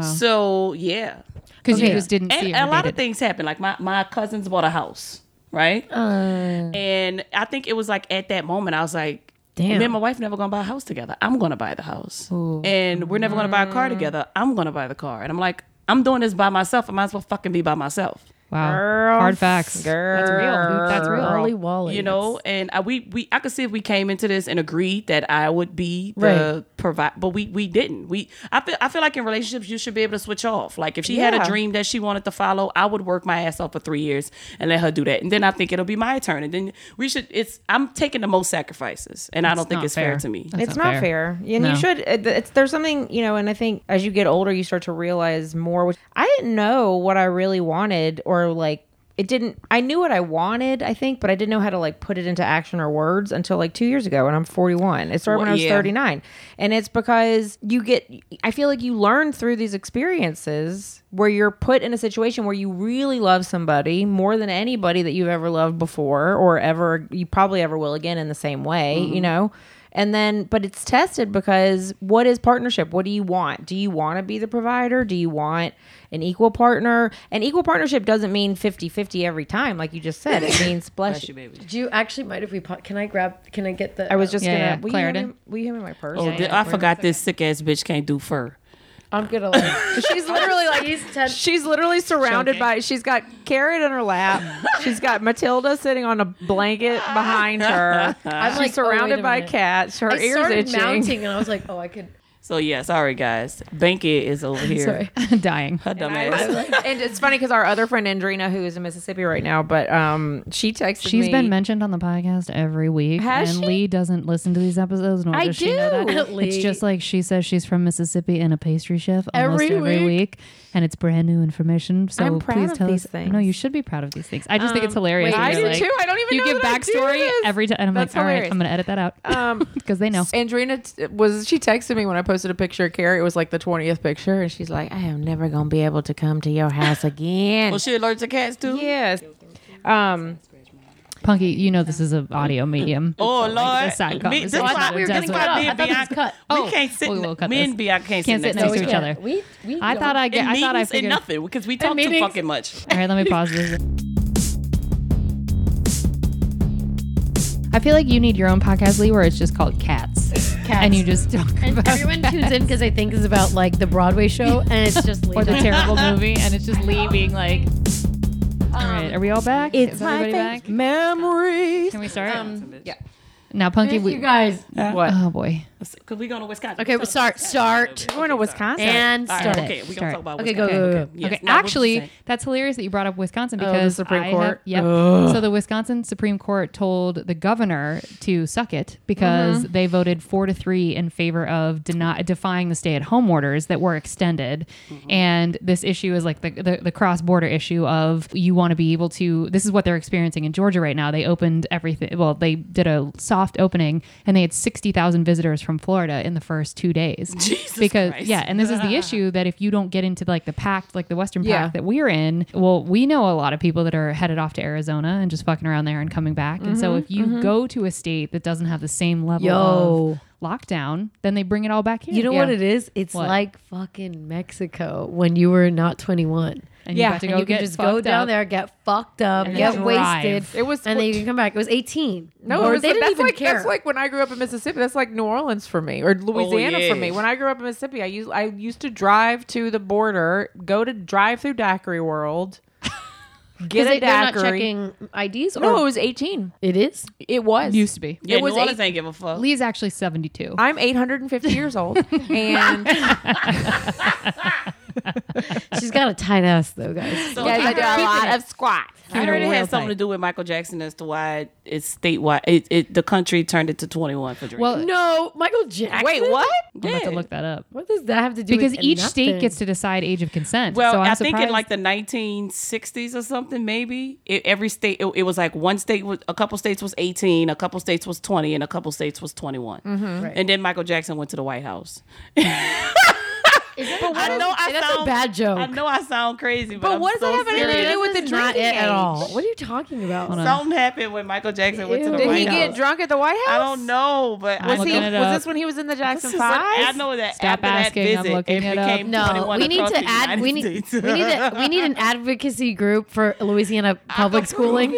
Speaker 4: So yeah,
Speaker 3: Because
Speaker 5: Okay.
Speaker 3: you just didn't see
Speaker 4: and,
Speaker 3: it.
Speaker 4: and a lot of
Speaker 3: related.
Speaker 4: things happen. Like my my cousins bought a house, right?
Speaker 3: Oh.
Speaker 4: and I think it was like at that moment I was like,
Speaker 5: Damn.
Speaker 4: Me and my wife never gonna buy a house together. I'm gonna buy the house, and we're never gonna buy a
Speaker 3: Mm.
Speaker 4: car together. I'm gonna buy the car, and I'm like, I'm doing this by myself. I might as well fucking be by myself.
Speaker 3: Wow. Hard facts. That's real. That's real.
Speaker 5: Ollie Wally.
Speaker 4: You know, and I, we we I could see if we came into this and agreed that I would be
Speaker 5: Right.
Speaker 4: the provide, but we we didn't. We I feel I feel like in relationships you should be able to switch off. Like if she had a dream that she wanted to follow, I would work my ass off for three years and let her do that, and then I think it'll be my turn, and then we should. It's I'm taking the most sacrifices, and I don't think
Speaker 3: not
Speaker 4: it's fair.
Speaker 3: fair.
Speaker 4: to me.
Speaker 3: That's
Speaker 6: it's not, fair. and
Speaker 3: No.
Speaker 6: you should. it- It's there's something you know, and I think as you get older, you start to realize more. Which I didn't know what I really wanted, or like it didn't. I knew what I wanted, I think, but I didn't know how to like put it into action or words until like two years ago, and I'm 41. It started when I was
Speaker 4: yeah.
Speaker 6: 39, and it's because you get. I feel like you learn through these experiences where you're put in a situation where you really love somebody more than anybody that you've ever loved before or ever you probably ever will again in the same way. You know. And then, but it's tested because what is partnership? What do you want? Do you want to be the provider? Do you want an equal partner? And equal partnership doesn't mean 50 50 every time, like you just said. It means bless you.
Speaker 5: Do you actually mind if we pause? Can I grab? Can I get the? [LAUGHS]
Speaker 6: I was just
Speaker 3: Yeah, yeah,
Speaker 6: going to. Will, you hand
Speaker 3: Claritin.
Speaker 6: me- will you hand me my purse?
Speaker 4: Oh, th- I forgot this sick ass bitch can't do fur.
Speaker 5: I'm gonna. Like, she's literally
Speaker 6: [LAUGHS]
Speaker 5: like. She's ten.
Speaker 6: She's literally surrounded by. She's got carrot in her [LAUGHS] lap. she's got Matilda sitting on a blanket behind [LAUGHS] her.
Speaker 5: I'm
Speaker 6: She's
Speaker 5: like oh, wait
Speaker 6: surrounded
Speaker 5: a
Speaker 6: by
Speaker 5: minute.
Speaker 6: cats. Her
Speaker 5: I
Speaker 6: ears
Speaker 5: started
Speaker 6: itching. [LAUGHS]
Speaker 5: mounting, and I was like, oh, I could.
Speaker 4: So yeah, sorry guys. Banky is over here.
Speaker 5: Sorry.
Speaker 3: [LAUGHS] Dying.
Speaker 4: Her dumb ass.
Speaker 6: and it's funny because our other friend Andrina, who is in Mississippi right now, but um, she texted
Speaker 3: She's
Speaker 6: me.
Speaker 3: been mentioned on the podcast every week.
Speaker 6: Has
Speaker 3: and
Speaker 6: she?
Speaker 3: Lee doesn't listen to these episodes, nor
Speaker 6: I
Speaker 3: does she know
Speaker 6: do.
Speaker 3: that. It's
Speaker 5: Lee.
Speaker 3: just like she says she's from Mississippi and a pastry chef almost
Speaker 5: Every
Speaker 3: every, week. And it's brand new information. So
Speaker 6: I'm proud
Speaker 3: please
Speaker 6: of
Speaker 3: tell
Speaker 6: these
Speaker 3: us. No, you should be proud of these things. I just think it's hilarious.
Speaker 5: wait,
Speaker 3: when
Speaker 5: I
Speaker 3: you're
Speaker 5: do
Speaker 3: like-
Speaker 6: too. I don't even
Speaker 3: You
Speaker 6: know
Speaker 3: give
Speaker 6: that I do
Speaker 3: backstory
Speaker 6: this.
Speaker 3: every time. And I'm
Speaker 6: That's
Speaker 3: like, all right,
Speaker 6: hilarious. Um,
Speaker 3: I'm going to edit that out. [LAUGHS] Because
Speaker 6: [LAUGHS]
Speaker 3: they know.
Speaker 6: Andrina t- was she texted me when I posted a picture of Carrie. It was like the twentieth picture, and she's like, "I am never gonna be able to come to your house again."
Speaker 4: Well, Oh, she allergic to cats too.
Speaker 6: yes. Um,
Speaker 3: Punky, you know this is an audio medium.
Speaker 4: Oh
Speaker 3: So,
Speaker 4: Lord!
Speaker 3: like, this side
Speaker 4: Me- this
Speaker 3: conversation
Speaker 4: why we were
Speaker 3: does
Speaker 4: getting
Speaker 3: what-
Speaker 4: why me and
Speaker 5: I thought this was
Speaker 4: Bianca.
Speaker 5: cut.
Speaker 3: Oh,
Speaker 4: we can't sit.
Speaker 3: we will cut
Speaker 4: me
Speaker 3: this.
Speaker 4: and Bianca can't,
Speaker 3: Can't
Speaker 4: sit next to each
Speaker 5: can't.
Speaker 4: other.
Speaker 5: We, we
Speaker 3: I thought I get.
Speaker 4: In
Speaker 3: I thought I
Speaker 4: meetings and
Speaker 3: figured.
Speaker 4: nothing because we talk too
Speaker 5: meetings.
Speaker 4: fucking much.
Speaker 3: All right, let
Speaker 5: [LAUGHS]
Speaker 3: me pause this. I feel like you need your own podcast, Lee, where it's just called Cats, and you just talk
Speaker 5: And
Speaker 3: about
Speaker 5: [LAUGHS]
Speaker 3: [LAUGHS]
Speaker 5: everyone tunes in because they think it's about like the Broadway show, and it's just
Speaker 3: or the
Speaker 5: Lena.
Speaker 3: terrible
Speaker 5: [LAUGHS]
Speaker 3: movie, and it's just Lee being like, "All right, are we all back?
Speaker 5: Um, it's
Speaker 3: Is
Speaker 5: my Um,
Speaker 3: everybody back?
Speaker 6: memories.
Speaker 3: Can we start? yeah. Now, Punky,
Speaker 5: you
Speaker 3: we,
Speaker 5: guys.
Speaker 6: What?
Speaker 3: oh boy,
Speaker 4: Because we going to Wisconsin.
Speaker 5: Okay,
Speaker 4: We
Speaker 5: well,
Speaker 4: talk
Speaker 5: start,
Speaker 4: about Wisconsin.
Speaker 5: start,
Speaker 6: We're going to Wisconsin.
Speaker 5: and
Speaker 4: All right,
Speaker 5: start.
Speaker 4: okay,
Speaker 5: it.
Speaker 4: we
Speaker 3: Start
Speaker 4: gonna
Speaker 3: it.
Speaker 4: talk about
Speaker 5: Okay, go,
Speaker 4: Wisconsin.
Speaker 5: go, go, go.
Speaker 4: Yes,
Speaker 3: okay,
Speaker 4: now what you
Speaker 3: actually,
Speaker 4: saying?
Speaker 3: that's hilarious that you brought up Wisconsin
Speaker 5: Oh,
Speaker 6: the
Speaker 3: because
Speaker 6: Supreme
Speaker 3: I
Speaker 6: Court?
Speaker 3: Have, yep. So the Wisconsin Supreme Court told the governor to suck it because
Speaker 4: Mm-hmm.
Speaker 3: they voted four to three in favor of deny, defying the stay-at-home orders that were extended,
Speaker 4: Mm-hmm.
Speaker 3: and this issue is like the the, the cross-border issue of you want to be able to. This is what they're experiencing in Georgia right now. They opened everything. Well, they did a soft opening, and they had sixty thousand visitors from from Florida in the first two days.
Speaker 4: [LAUGHS] Jesus
Speaker 3: because
Speaker 4: Christ.
Speaker 3: yeah, and this is the
Speaker 4: [LAUGHS]
Speaker 3: issue that if you don't get into like the pact, like the Western pact
Speaker 6: Yeah.
Speaker 3: that we're in, well, we know a lot of people that are headed off to Arizona and just fucking around there and coming back. And
Speaker 5: Mm-hmm,
Speaker 3: so if you go to a state that doesn't have the same level
Speaker 5: Yo.
Speaker 3: of lockdown, then they bring it all back here.
Speaker 5: You know what it is? It's
Speaker 3: What?
Speaker 5: like fucking Mexico when you were not 21.
Speaker 3: And
Speaker 6: Yeah,
Speaker 3: you got to
Speaker 5: And
Speaker 3: go
Speaker 5: you
Speaker 3: get
Speaker 5: can just go
Speaker 3: fucked
Speaker 5: down
Speaker 3: up.
Speaker 5: there, get fucked up,
Speaker 3: And
Speaker 5: get
Speaker 3: then drive.
Speaker 5: wasted.
Speaker 6: It was-
Speaker 5: and then you can come back. It was 18.
Speaker 6: No,
Speaker 5: Or
Speaker 6: it was,
Speaker 5: they didn't
Speaker 6: that's
Speaker 5: even
Speaker 6: like
Speaker 5: care.
Speaker 6: that's like when I grew up in Mississippi. That's like New Orleans for me, or Louisiana
Speaker 4: yeah.
Speaker 6: for me. When I grew up in Mississippi, I used I used to drive to the border, go to drive through
Speaker 5: [LAUGHS]
Speaker 6: Daiquiri World, get a
Speaker 5: they, are not
Speaker 6: daiquiri.
Speaker 5: checking IDs. Or
Speaker 6: No, it was eighteen.
Speaker 5: it is.
Speaker 6: It was.
Speaker 3: used to be.
Speaker 4: Yeah,
Speaker 6: was
Speaker 4: New Orleans
Speaker 6: eight-
Speaker 4: ain't give a fuck.
Speaker 3: Lee's actually 72.
Speaker 6: I'm 850
Speaker 5: [LAUGHS]
Speaker 6: years old, and
Speaker 5: She's got a tight ass though, guys.
Speaker 4: So
Speaker 6: guys, I do a lot of squats.
Speaker 4: I heard it
Speaker 3: Real
Speaker 4: had something
Speaker 3: tight.
Speaker 4: to do with Michael Jackson as to why it's statewide. It, it the country turned it to 21 for drinking.
Speaker 3: Well,
Speaker 5: no, Michael Jackson.
Speaker 6: Wait, what?
Speaker 3: I'm about
Speaker 4: Yeah.
Speaker 3: to look that up.
Speaker 5: What does that have to do?
Speaker 3: Because
Speaker 5: with
Speaker 3: each
Speaker 5: nothing?
Speaker 3: state gets to decide age of consent.
Speaker 4: Well,
Speaker 3: so I'm
Speaker 4: I think in
Speaker 3: surprised-
Speaker 4: like the 1960s or something, maybe it, every state it, it was like one state was a couple states was 18, a couple states was 20, and a couple states was 21. And then Michael Jackson went to the White House. [LAUGHS] I know I
Speaker 5: That's a bad joke.
Speaker 4: I know I sound crazy, but,
Speaker 6: But
Speaker 4: I'm
Speaker 6: what does
Speaker 4: so
Speaker 6: that have anything
Speaker 4: serious.
Speaker 6: to do with the
Speaker 5: That's not
Speaker 6: drinking
Speaker 5: it at
Speaker 6: age?
Speaker 5: all. What are you talking about?
Speaker 4: Something happened when Michael Jackson went to the
Speaker 5: Ew.
Speaker 6: Did
Speaker 4: White
Speaker 6: he
Speaker 4: House.
Speaker 6: get drunk at the White House?
Speaker 4: I don't know, but
Speaker 3: I'm
Speaker 4: I
Speaker 6: Was, he,
Speaker 3: looking
Speaker 4: know-
Speaker 6: [LAUGHS]
Speaker 3: it
Speaker 6: was
Speaker 3: up.
Speaker 6: this when he was in the
Speaker 4: This
Speaker 6: Jackson
Speaker 4: is what-
Speaker 6: Five?
Speaker 4: I know that
Speaker 3: Stop
Speaker 4: after
Speaker 3: asking, I'm
Speaker 4: that visit,
Speaker 3: looking it up.
Speaker 4: became
Speaker 5: No,
Speaker 4: 21
Speaker 5: we need
Speaker 4: across
Speaker 5: to
Speaker 4: the
Speaker 5: add.
Speaker 4: United
Speaker 5: We need.
Speaker 4: States.
Speaker 5: we need. A, [LAUGHS] we need an advocacy group for Louisiana public schooling.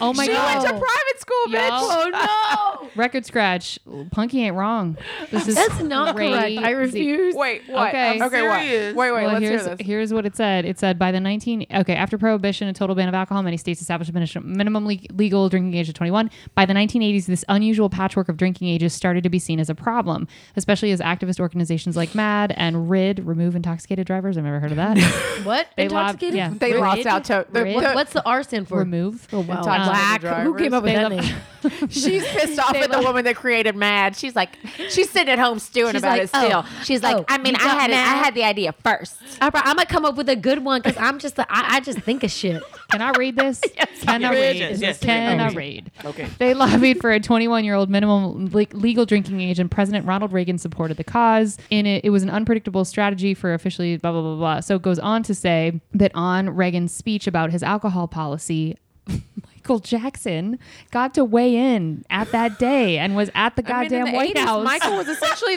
Speaker 3: oh my
Speaker 6: she went
Speaker 3: god,
Speaker 6: to private school,
Speaker 3: Yo.
Speaker 6: bitch.
Speaker 5: Oh no,
Speaker 3: record scratch. Punky ain't wrong. This is
Speaker 5: that's not correct. I
Speaker 3: crazy.
Speaker 5: refuse.
Speaker 6: Wait, what?
Speaker 3: Okay.
Speaker 6: I'm okay,
Speaker 4: serious.
Speaker 6: what? Wait, wait,
Speaker 3: well,
Speaker 6: let's
Speaker 3: here's
Speaker 6: hear this.
Speaker 3: here's what it said. It said by the 19 okay after prohibition and total ban of alcohol, many states established a minif- minimum le- legal drinking age of 21. By the 1980s, this unusual patchwork of drinking ages started to be seen as a problem, especially as activist organizations like MAD and RID remove intoxicated drivers. I've never heard of
Speaker 5: [LAUGHS]
Speaker 3: that.
Speaker 5: What?
Speaker 3: They lob-
Speaker 5: Intoxicated?
Speaker 3: yeah.
Speaker 6: They
Speaker 3: Rid-
Speaker 6: lost out to the,
Speaker 3: Rid-
Speaker 6: the-
Speaker 5: What- What's the R stand for?
Speaker 3: remove.
Speaker 5: Oh, wow.
Speaker 6: Intoxicated
Speaker 5: Whack. Who
Speaker 6: drivers.
Speaker 5: came up with
Speaker 3: They
Speaker 5: that
Speaker 3: love-
Speaker 5: [LAUGHS] name?
Speaker 6: She's pissed off at the woman that created Mad. She's like, she's sitting at home stewing
Speaker 5: She's
Speaker 6: about
Speaker 5: like,
Speaker 6: it still.
Speaker 5: "Oh,
Speaker 6: she's like,
Speaker 5: oh,
Speaker 7: I mean,
Speaker 5: you
Speaker 7: I
Speaker 5: got
Speaker 7: had it, I
Speaker 5: mad?
Speaker 7: had the idea first.
Speaker 5: I'm gonna come up with a good one because I'm just a, I, I just think of shit.
Speaker 3: [LAUGHS] Can I read this? Can I
Speaker 4: yes,
Speaker 3: read?
Speaker 4: yes, yes,
Speaker 3: Can
Speaker 4: yes.
Speaker 3: I read?
Speaker 4: Okay.
Speaker 3: They lobbied for a 21 year old minimum le- legal drinking age, and President Ronald Reagan supported the cause. In it, it was an unpredictable strategy for officially blah, blah, blah, blah. So it goes on to say that on Reagan's speech about his alcohol policy, [LAUGHS] Michael Jackson got to weigh in at that day and was at the
Speaker 6: I mean,
Speaker 3: goddamn
Speaker 6: in the
Speaker 3: White
Speaker 6: 80s,
Speaker 3: House.
Speaker 6: Michael was essentially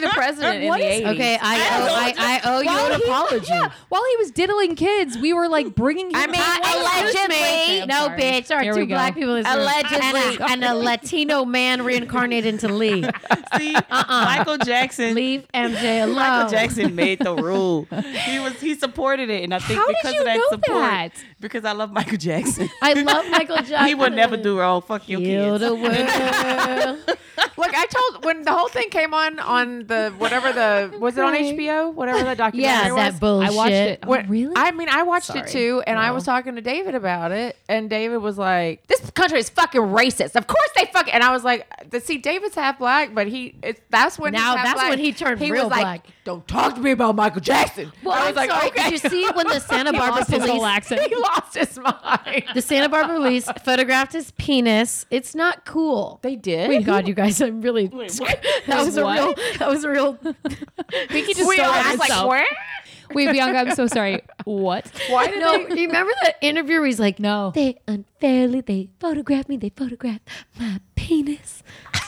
Speaker 5: [LAUGHS]
Speaker 6: the president in the
Speaker 3: What is-
Speaker 6: 80s.
Speaker 5: Okay, I owe, I, I owe you
Speaker 3: While
Speaker 5: an
Speaker 3: [LAUGHS] he-
Speaker 5: apology.
Speaker 3: yeah, while he was diddling kids, we were like bringing him.
Speaker 5: I mean,
Speaker 3: out.
Speaker 5: allegedly,
Speaker 3: I'm
Speaker 5: no,
Speaker 3: sorry.
Speaker 5: bitch. There
Speaker 3: Here
Speaker 5: are
Speaker 3: we
Speaker 5: two
Speaker 3: go.
Speaker 5: black people in this room.
Speaker 7: Allegedly.
Speaker 5: and a, and a Latino man reincarnated into Lee.
Speaker 4: [LAUGHS] See, Michael Jackson.
Speaker 5: Leave MJ alone.
Speaker 4: Michael Jackson made the rule. He was he supported it, and I think
Speaker 3: How did
Speaker 4: because
Speaker 3: you
Speaker 4: of that
Speaker 3: know
Speaker 4: support,
Speaker 3: that?
Speaker 4: because I love Michael Jackson. [LAUGHS]
Speaker 5: I love Michael Jackson.
Speaker 4: he would never do wrong. Fuck your
Speaker 5: Heal
Speaker 4: kids.
Speaker 5: the world.
Speaker 6: Look, I told when the whole thing came on on the whatever [LAUGHS] the was it on HBO whatever the documentary
Speaker 5: yeah,
Speaker 6: was.
Speaker 5: that bullshit.
Speaker 3: I watched it. Oh,
Speaker 6: What-
Speaker 3: really?
Speaker 6: I mean, I watched
Speaker 3: Sorry.
Speaker 6: it too, and I was talking to David about it, and David was like, "This country is fucking racist. Of course they fucking." And I was like, "See, David's half black, but he it's that's when he's
Speaker 5: Now
Speaker 6: half
Speaker 5: that's
Speaker 6: black.
Speaker 5: when he turned
Speaker 6: he
Speaker 5: real
Speaker 6: was like,
Speaker 5: black.
Speaker 6: Don't talk to me about Michael Jackson.
Speaker 5: Well,
Speaker 6: I was
Speaker 5: I'm
Speaker 6: like,
Speaker 5: sorry.
Speaker 6: okay.
Speaker 5: Did you see [LAUGHS] when the Santa Barbara
Speaker 3: lost his whole
Speaker 5: police? [LAUGHS]
Speaker 3: accent.
Speaker 6: [LAUGHS] he lost his mind.
Speaker 5: The Santa [LAUGHS] Barbara police photographed his penis. It's not cool.
Speaker 6: They did.
Speaker 5: Thank God, you guys. I'm really. That was a real. That was a [LAUGHS] real.
Speaker 3: We could just
Speaker 6: we
Speaker 3: stole
Speaker 6: all
Speaker 3: that
Speaker 6: just like,
Speaker 3: itself.
Speaker 6: "Where?"
Speaker 3: Wait, Bianca, I'm so
Speaker 6: [LAUGHS]
Speaker 3: sorry. What?
Speaker 6: why did
Speaker 5: No,
Speaker 6: they?
Speaker 5: you remember that interview where he's like,
Speaker 3: No.
Speaker 5: they unfairly they photographed me. They photographed my penis."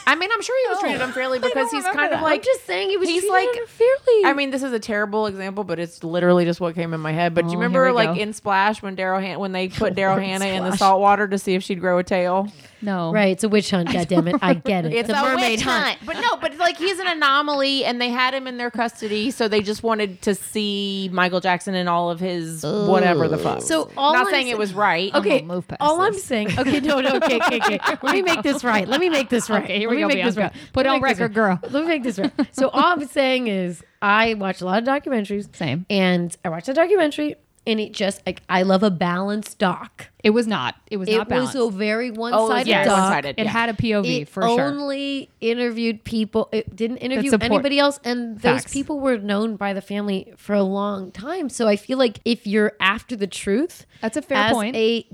Speaker 6: I mean, I'm sure he was treated unfairly because he's kind
Speaker 5: Like,
Speaker 6: of like
Speaker 5: I'm just saying, he was
Speaker 6: he's
Speaker 5: treated
Speaker 6: like-
Speaker 5: unfairly.
Speaker 6: I mean, this is a terrible example, but it's literally just what came in my head. But do you
Speaker 3: Oh,
Speaker 6: remember,
Speaker 3: here we
Speaker 6: like
Speaker 3: go.
Speaker 6: in Splash, when Daryl Han- when they [LAUGHS] put Daryl Hannah in the
Speaker 5: Splash.
Speaker 6: salt water to see if she'd grow a tail?
Speaker 3: No.
Speaker 5: right? It's a witch hunt. God damn it, I get it.
Speaker 6: It's
Speaker 5: a,
Speaker 6: a
Speaker 5: mermaid
Speaker 6: witch
Speaker 5: hunt.
Speaker 6: But no, but like he's an anomaly, and they had him in their custody, so they just wanted to see Michael Jackson and all of his whatever the fuck.
Speaker 5: So all
Speaker 6: not
Speaker 5: I'm
Speaker 6: saying
Speaker 5: sa-
Speaker 6: it was right.
Speaker 5: Okay,
Speaker 3: gonna move past
Speaker 5: all I'm
Speaker 3: this.
Speaker 5: saying. Okay, no, no, okay,
Speaker 3: [LAUGHS]
Speaker 5: okay, okay. Let me make this right. Let me make this right.
Speaker 3: Okay, here
Speaker 5: Let
Speaker 3: we
Speaker 5: me
Speaker 3: go,
Speaker 5: make this
Speaker 3: Bianca.
Speaker 5: right.
Speaker 3: Put
Speaker 5: Let me
Speaker 3: on
Speaker 5: make this
Speaker 3: record,
Speaker 5: right.
Speaker 3: girl.
Speaker 5: Let me make
Speaker 3: [LAUGHS]
Speaker 5: this right. So all I'm saying is, I watch a lot of documentaries.
Speaker 3: Same.
Speaker 5: And I watched a documentary, and it just like I love a balanced doc.
Speaker 3: It was not. It was
Speaker 5: It
Speaker 3: not balanced. Oh,
Speaker 5: was a very one-sided
Speaker 6: was very
Speaker 5: doc.
Speaker 6: one-sided.
Speaker 3: It
Speaker 6: yeah.
Speaker 3: had a POV
Speaker 5: it
Speaker 3: for sure.
Speaker 5: only interviewed people. It didn't interview
Speaker 3: support-
Speaker 5: anybody else, and those
Speaker 3: Facts.
Speaker 5: people were known by the family for a long time. So I feel like if you're after the truth,
Speaker 3: That's a fair
Speaker 5: as
Speaker 3: point.
Speaker 5: A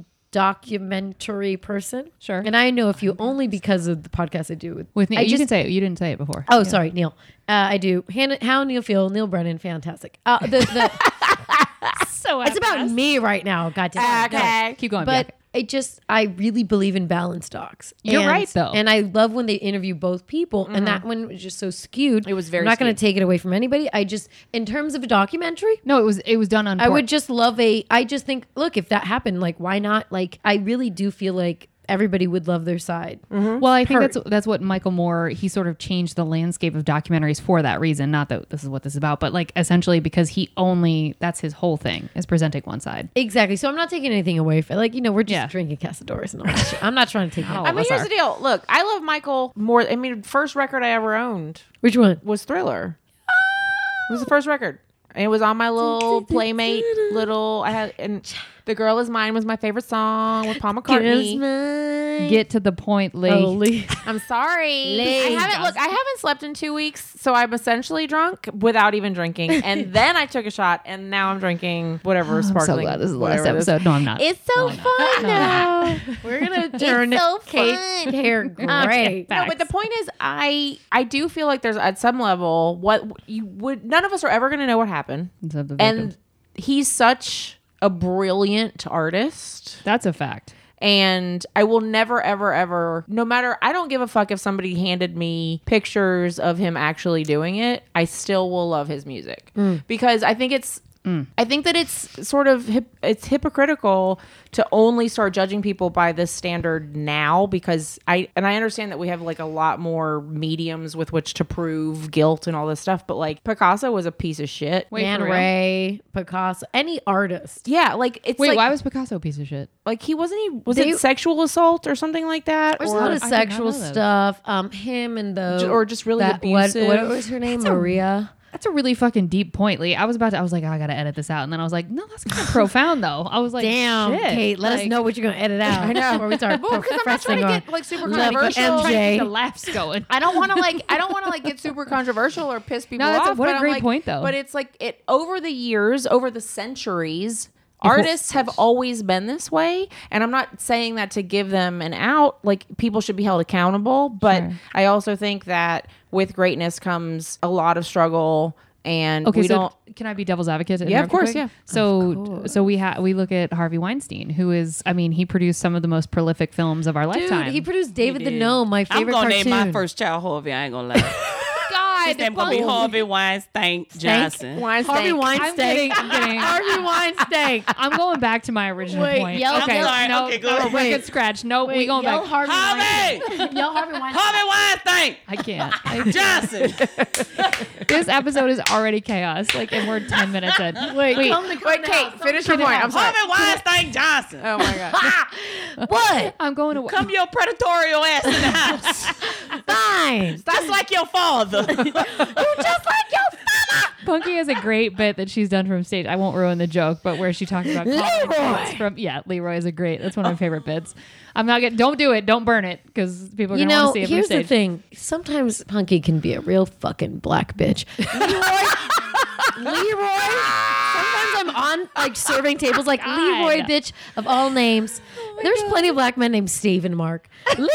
Speaker 5: documentary person.
Speaker 3: Sure.
Speaker 5: And I know a few only because of the podcast I do with,
Speaker 3: With Neil,
Speaker 5: I
Speaker 3: you
Speaker 5: just-
Speaker 3: can say it. You didn't say it before.
Speaker 5: Oh, sorry, Neil. Uh, I do. Hannah, how Neil feel? Neil Brennan, fantastic. Uh, the, the,
Speaker 3: [LAUGHS] so
Speaker 5: it's about me right now. Goddamn. No.
Speaker 3: Keep going.
Speaker 5: But
Speaker 3: Bianca.
Speaker 5: I just, I really believe in balanced docs.
Speaker 3: You're
Speaker 5: And-
Speaker 3: right, though.
Speaker 5: And I love when they interview both people, and that one was just so skewed. It
Speaker 8: was very
Speaker 5: I'm not going
Speaker 8: skewed.
Speaker 5: to take it away from anybody. I just, in terms of a documentary,
Speaker 3: no, it was it was done on.
Speaker 5: I
Speaker 3: por-
Speaker 5: would just love a. I just think, look, if that happened, like, why not? Like, I really do feel like everybody would love their side.
Speaker 3: Well, I think that's that's what Michael Moore he sort of changed the landscape of documentaries for that reason. Not that this is what this is about, but like essentially because he only that's his whole thing is presenting one side.
Speaker 5: Exactly. So I'm not taking anything away from Like, you know, we're just
Speaker 3: Yeah.
Speaker 5: drinking Casadores and all that shit. I'm not trying to take that.
Speaker 3: All
Speaker 5: away.
Speaker 3: of
Speaker 6: I mean,
Speaker 3: us
Speaker 6: Oh, here's
Speaker 3: are.
Speaker 6: the deal. Look, I love Michael more. I mean, first record I ever owned
Speaker 5: Which one?
Speaker 6: was Thriller. It was the first record. And it was on my little playmate, little. I had and the girl is mine was my favorite song with Paul McCartney.
Speaker 5: Eh.
Speaker 3: Get to the point, Lee.
Speaker 5: Oh, [LAUGHS]
Speaker 6: I'm sorry, I haven't look. I haven't slept in two weeks, so I'm essentially drunk without even drinking.
Speaker 3: [LAUGHS]
Speaker 6: And then I took a shot, and now I'm drinking whatever sparkling.
Speaker 3: Oh, glad this is the last
Speaker 6: whatever it [LAUGHS] is.
Speaker 3: episode. No, I'm not.
Speaker 6: It's so fun though.
Speaker 5: We're gonna turn
Speaker 6: so
Speaker 5: Kate's hair gray.
Speaker 6: No, but the point is, I I do feel like there's at some level what you would none of us are ever going to know what happened,
Speaker 3: Except the
Speaker 6: and
Speaker 3: victims.
Speaker 6: he's such a brilliant artist
Speaker 3: that's a fact.
Speaker 6: and I will never, ever, ever, no matter, I don't give a fuck if somebody handed me pictures of him actually doing it. I still will love his music
Speaker 3: Mm.
Speaker 6: because I think it's. I think that it's sort of hip, it's hypocritical to only start judging people by this standard now because I and I understand that we have like a lot more mediums with which to prove guilt and all this stuff but like Picasso was a piece of shit.
Speaker 3: Wait,
Speaker 5: Man
Speaker 3: for real?
Speaker 5: Ray, Picasso, any artist.
Speaker 6: Yeah, like it's
Speaker 3: Wait,
Speaker 6: like
Speaker 3: why was Picasso a piece of shit?
Speaker 6: like he wasn't he was
Speaker 5: They-
Speaker 6: it sexual assault or something like that
Speaker 5: There's
Speaker 6: or
Speaker 5: a lot of
Speaker 3: I did not
Speaker 5: sexual
Speaker 3: know those.
Speaker 5: stuff. Um, him and the
Speaker 6: Ju- or just really
Speaker 5: what, [LAUGHS]
Speaker 6: abusive.
Speaker 5: what was her name? Maria.
Speaker 3: That's a really fucking deep point, Lee. I was about to. I was like, "Oh, I gotta edit this out, and then I was like, no, that's kind
Speaker 5: [LAUGHS]
Speaker 3: of profound though. I was like,
Speaker 5: Damn,
Speaker 3: shit.
Speaker 5: Kate, let us
Speaker 3: Like,
Speaker 5: know what you're gonna edit out. [LAUGHS] I know. Before we start
Speaker 6: Well, 'cause I'm not trying
Speaker 5: professing
Speaker 6: to
Speaker 5: on
Speaker 6: get, like, super
Speaker 5: love
Speaker 6: controversial.
Speaker 5: MJ.
Speaker 3: Trying to get the laughs
Speaker 5: [LAUGHS]
Speaker 3: going.
Speaker 6: I don't want to like I don't want to like get super controversial or piss people
Speaker 3: that's a-
Speaker 6: off.
Speaker 3: what a
Speaker 6: but I'm
Speaker 3: great
Speaker 6: like-
Speaker 3: point, though.
Speaker 6: But it's like it over the years, over the centuries, artists have always been this way. And I'm not saying that to give them an out. Like people should be held accountable, but I also think that with greatness comes a lot of struggle. And
Speaker 3: Okay,
Speaker 6: we
Speaker 3: so
Speaker 6: don't.
Speaker 3: can I be devil's advocate? to
Speaker 6: Yeah, of
Speaker 3: interrupt
Speaker 6: course,
Speaker 3: quick?
Speaker 6: yeah.
Speaker 3: So, so we have we look at Harvey Weinstein, who is, I mean, he produced some of the most prolific films of our
Speaker 5: Dude,
Speaker 3: lifetime.
Speaker 5: he produced David the Gnome, my
Speaker 4: I'm
Speaker 5: favorite
Speaker 4: gonna
Speaker 5: cartoon.
Speaker 4: name my first child Harvey. I ain't gonna lie.
Speaker 5: God,
Speaker 4: His name gonna be Harvey Weinstein Johnson.
Speaker 5: Harvey
Speaker 3: I'm
Speaker 5: Weinstein.
Speaker 3: kidding. I'm
Speaker 4: [LAUGHS]
Speaker 3: kidding.
Speaker 5: Harvey Weinstein.
Speaker 3: I'm going back to my original
Speaker 5: Wait,
Speaker 3: point.
Speaker 5: yell-
Speaker 3: okay,
Speaker 5: I'm
Speaker 4: sorry.
Speaker 3: no,
Speaker 4: Okay,
Speaker 3: no,
Speaker 4: go.
Speaker 3: we can scratch. No, we going
Speaker 5: yell
Speaker 3: back.
Speaker 5: Harvey
Speaker 4: Harvey,
Speaker 5: Weinstein. Yell Harvey Weinstein.
Speaker 4: Harvey
Speaker 3: I [LAUGHS] can't. I-
Speaker 4: Weinstein Johnson.
Speaker 3: this episode is already chaos. Like, and we're ten minutes in.
Speaker 5: Wait,
Speaker 3: Wait.
Speaker 5: come to come
Speaker 6: Wait, Kate, finish your point. I'm sorry.
Speaker 4: Harvey Weinstein Johnson.
Speaker 6: Oh my god.
Speaker 5: [LAUGHS] What?
Speaker 3: I'm going to
Speaker 4: Come your predatorial ass in the house.
Speaker 5: Fine.
Speaker 4: That's like your father.
Speaker 5: Just like your
Speaker 3: Punky has a great bit that she's done from stage. I won't ruin the joke, but where she talks about calling kids from yeah, Leroy is a great. That's one of my favorite bits. I'm not getting. Don't do it. Don't burn it because people are
Speaker 5: You
Speaker 3: gonna
Speaker 5: know,
Speaker 3: want to see it
Speaker 5: here's
Speaker 3: from
Speaker 5: the
Speaker 3: stage.
Speaker 5: thing. Sometimes Punky can be a real fucking black bitch. Leroy, Leroy. Sometimes I'm on like serving tables, like Leroy, bitch of all names. There's plenty of black men named Steve and Mark. Leroy.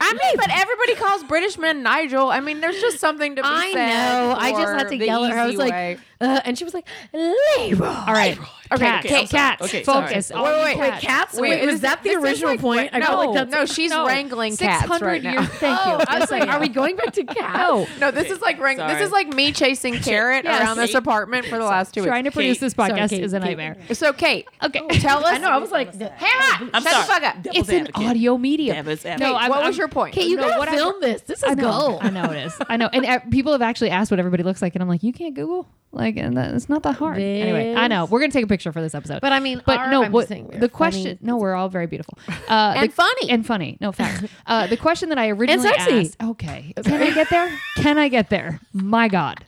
Speaker 6: I mean, but everybody calls British men Nigel. I mean, there's just something to be
Speaker 5: I
Speaker 6: said
Speaker 5: know. I just
Speaker 6: for
Speaker 5: had to
Speaker 6: the
Speaker 5: yell at her. I was
Speaker 6: easy
Speaker 5: like,
Speaker 6: way.
Speaker 5: uh, and she was like, Leroy.
Speaker 3: All right, cats,
Speaker 6: okay, I'm
Speaker 3: cats,
Speaker 6: sorry.
Speaker 4: Okay,
Speaker 3: focus. All you
Speaker 5: Wait, cats? Wait, was that the
Speaker 6: this is
Speaker 5: original
Speaker 6: like-
Speaker 5: point? I feel
Speaker 6: no,
Speaker 5: like that's
Speaker 6: no, she's wrangling cats
Speaker 3: 600
Speaker 6: right now.
Speaker 3: years- Thank you.
Speaker 5: I was like, are we going back to cats?
Speaker 6: No, this is like wrang- this is like me chasing carrot around this apartment for the last two
Speaker 3: Trying
Speaker 6: weeks.
Speaker 3: to produce this
Speaker 5: Sorry,
Speaker 3: podcast
Speaker 5: Kate,
Speaker 3: is a
Speaker 5: Kate. Oh,
Speaker 3: nightmare.
Speaker 6: So Kate,
Speaker 3: Okay,
Speaker 6: tell us.
Speaker 5: I know. I was like, Kate,
Speaker 6: Hannah,
Speaker 4: I'm
Speaker 6: shut
Speaker 4: sorry.
Speaker 6: the fuck up.
Speaker 3: it's an audio medium.
Speaker 4: Devil's advocate.
Speaker 3: No, I'm,
Speaker 6: what was
Speaker 3: I'm-
Speaker 6: your point?
Speaker 5: you
Speaker 3: No,
Speaker 5: gotta
Speaker 3: what I-
Speaker 5: film this. This is
Speaker 3: I know.
Speaker 5: gold.
Speaker 3: I know it is. I know. And uh, people have actually asked what everybody looks like, and I'm like, you can't Google. Like, and that, it's not that hard. Anyway, I know. We're gonna take a picture for this episode.
Speaker 5: But I mean,
Speaker 3: but
Speaker 5: our-
Speaker 3: no.
Speaker 5: I'm
Speaker 3: what,
Speaker 5: just saying we're
Speaker 3: the
Speaker 5: funny.
Speaker 3: question? No, we're all very beautiful.
Speaker 5: [LAUGHS]
Speaker 3: Uh,
Speaker 6: And
Speaker 3: the-
Speaker 6: funny.
Speaker 3: and funny. No facts. uh, the question that I originally
Speaker 5: sexy.
Speaker 3: asked. Okay, can I get there? Can I get there? My God.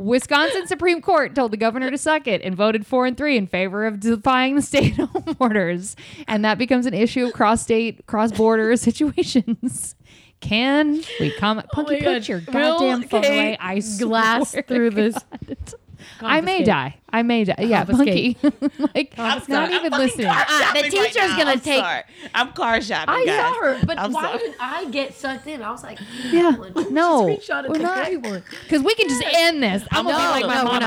Speaker 3: Wisconsin Supreme Court told the governor to suck it and voted four and three in favor of defying the state [LAUGHS] home orders, and that becomes an issue of cross-state, cross-border [LAUGHS] situations. Can we comment? Punky,
Speaker 5: Oh
Speaker 3: put
Speaker 5: my God.
Speaker 3: your
Speaker 5: Will
Speaker 3: goddamn phone
Speaker 5: Kate [LAUGHS]
Speaker 3: away. I swear
Speaker 5: glass
Speaker 3: to
Speaker 5: [LAUGHS] through this
Speaker 3: God. I may die. I may die. Yeah, monkey.
Speaker 5: Confiscate.
Speaker 3: [LAUGHS] like,
Speaker 4: I'm sorry.
Speaker 3: not
Speaker 4: I'm
Speaker 3: even
Speaker 4: fucking
Speaker 3: listening.
Speaker 4: car shopping
Speaker 5: Ah, the teacher's
Speaker 4: now.
Speaker 5: gonna
Speaker 4: I'm
Speaker 5: take-
Speaker 4: Sorry. I'm car shopping.
Speaker 5: [LAUGHS] I
Speaker 4: guys.
Speaker 5: saw her, but
Speaker 4: I'm
Speaker 5: why
Speaker 4: sorry.
Speaker 5: did I get sucked in? I was like,
Speaker 3: Yeah.
Speaker 5: "That one."
Speaker 3: No,
Speaker 5: She screenshotted
Speaker 3: we're
Speaker 5: the
Speaker 3: not.
Speaker 5: everyone.
Speaker 3: Because we can just end this. I'm
Speaker 4: I'm
Speaker 3: gonna
Speaker 4: like
Speaker 3: be
Speaker 4: my,
Speaker 3: like my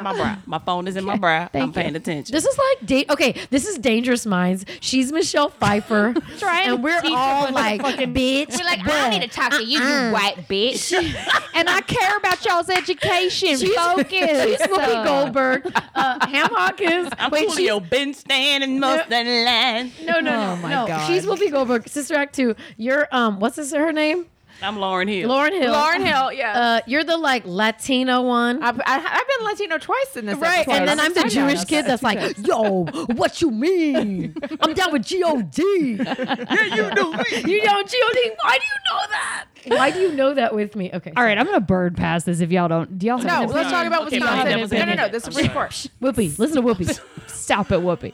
Speaker 3: mom.
Speaker 4: my
Speaker 3: I
Speaker 4: phone is in my
Speaker 3: stop.
Speaker 4: bra. My phone is in my bra.
Speaker 3: Thank
Speaker 4: I'm paying
Speaker 3: you.
Speaker 4: attention.
Speaker 5: [LAUGHS] This is like date. Okay, this is Dangerous Minds. She's Michelle [LAUGHS] Pfeiffer,
Speaker 3: Trying
Speaker 5: and
Speaker 3: to
Speaker 5: we're
Speaker 3: teach a
Speaker 5: all
Speaker 3: bunch of
Speaker 5: like,
Speaker 3: fucking-
Speaker 5: bitch. uh-uh."
Speaker 9: Like, I don't need to talk to you, you white
Speaker 5: [LAUGHS]
Speaker 9: bitch.
Speaker 3: And I care about y'all's education.
Speaker 5: She's-
Speaker 3: Focus.
Speaker 5: She's Whoopi
Speaker 3: Uh,
Speaker 5: Goldberg. Uh, Ham Hawkins.
Speaker 4: I'm
Speaker 5: Wait, she's
Speaker 4: Julio Benstein and Mustang Land.
Speaker 5: no, no, no, no. She's Whoopi Goldberg. Sister Act Two. You're um, what's this, her name?
Speaker 4: I'm Lauren Hill. [LAUGHS]
Speaker 5: Lauren Hill.
Speaker 2: Lauren Hill, yeah.
Speaker 5: Uh, you're the like Latino one.
Speaker 2: I, I, have been Latino twice in this
Speaker 5: Right,
Speaker 2: episode.
Speaker 5: and then I'm the Jewish kid that's like, [LAUGHS] "Yo, what you mean? I'm down with God."
Speaker 4: yeah, you do.
Speaker 5: You know God. Why do you know that? Why do you know that with me? Okay,
Speaker 3: All right, I'm gonna bird past this if y'all don't. Do y'all have
Speaker 2: No,
Speaker 3: an
Speaker 2: let's
Speaker 3: opinion?
Speaker 2: talk about
Speaker 4: Okay,
Speaker 2: Wisconsin.
Speaker 4: that was
Speaker 2: no, no, no,
Speaker 4: it.
Speaker 2: the
Speaker 4: I'm
Speaker 2: Supreme
Speaker 4: sorry.
Speaker 2: Court.
Speaker 5: Whoopi, listen to Whoopi.
Speaker 3: Stop it, Whoopi.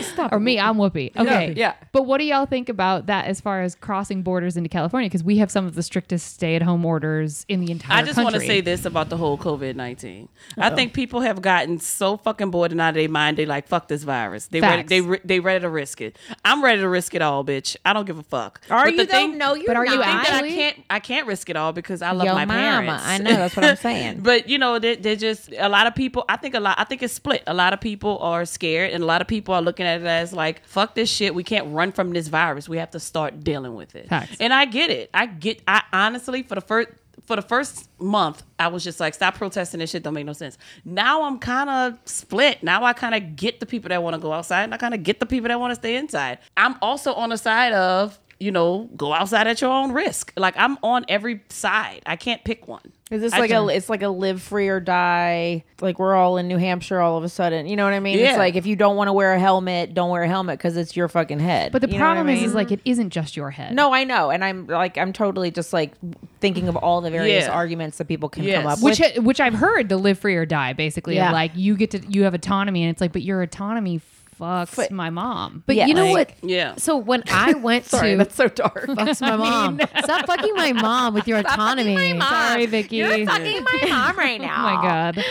Speaker 3: Stop. Or me, I'm Whoopi. Okay.
Speaker 2: yeah.
Speaker 3: But what do y'all think about that as far as crossing borders into California? Because we have some of the strictest stay-at-home orders in the entire
Speaker 4: I
Speaker 3: country.
Speaker 4: just want to say this about the whole COVID 19. I think people have gotten so fucking bored and out of their mind. They like, fuck this virus. They, ready,
Speaker 3: Facts.
Speaker 4: they, re- they ready to risk it. I'm ready to risk it all, bitch. I don't give a fuck.
Speaker 2: Are
Speaker 4: But
Speaker 2: you
Speaker 4: the thing,
Speaker 2: though? No, you're
Speaker 3: but are you
Speaker 2: not.
Speaker 4: thing that I
Speaker 3: actually?
Speaker 4: can't I can't risk it all because I love
Speaker 6: Yo,
Speaker 4: my
Speaker 6: mama.
Speaker 4: parents.
Speaker 6: I know,
Speaker 4: [LAUGHS]
Speaker 6: that's what I'm saying.
Speaker 4: but you know, they they just a lot of people. I think a lot. I think it's split. A lot of people are scared, and a lot of people are looking at it as like, "Fuck this shit. We can't run from this virus. We have to start dealing with it."
Speaker 3: Facts.
Speaker 4: And I get it. I get. I honestly, for the first. For the first month, I was just like, stop protesting this shit. Don't make no sense. Now I'm kind of split. Now I kind of get the people that want to go outside and I kind of get the people that want to stay inside. I'm also on the side of, you know, go outside at your own risk. Like I'm on every side. I can't pick one.
Speaker 2: Is this
Speaker 4: I
Speaker 2: like
Speaker 4: don't-
Speaker 2: a? It's like a live free or die. Like we're all in New Hampshire all of a sudden. You know what I mean?
Speaker 4: Yeah.
Speaker 2: It's like if you don't want to wear a helmet, don't wear a helmet because it's your fucking head.
Speaker 3: But the
Speaker 2: You know what I
Speaker 3: problem is,
Speaker 2: mean?
Speaker 3: is like it isn't just your head.
Speaker 2: no, I know, and I'm like, I'm totally just like thinking of all the various
Speaker 4: Yeah.
Speaker 2: arguments that people can
Speaker 4: Yes.
Speaker 2: come up
Speaker 3: Which,
Speaker 2: with.
Speaker 3: which I've heard the live free or die basically of
Speaker 5: Yeah.
Speaker 3: like you get to you have autonomy and it's like but your autonomy fucks my mom
Speaker 5: But you know
Speaker 2: Like,
Speaker 5: what?
Speaker 4: yeah.
Speaker 5: So when I [LAUGHS] went to
Speaker 2: so dark.
Speaker 5: [LAUGHS] fucks my mom, stop fucking my mom with your autonomy.
Speaker 3: sorry Vicky you're fucking my mom
Speaker 6: [LAUGHS]
Speaker 3: right now oh my god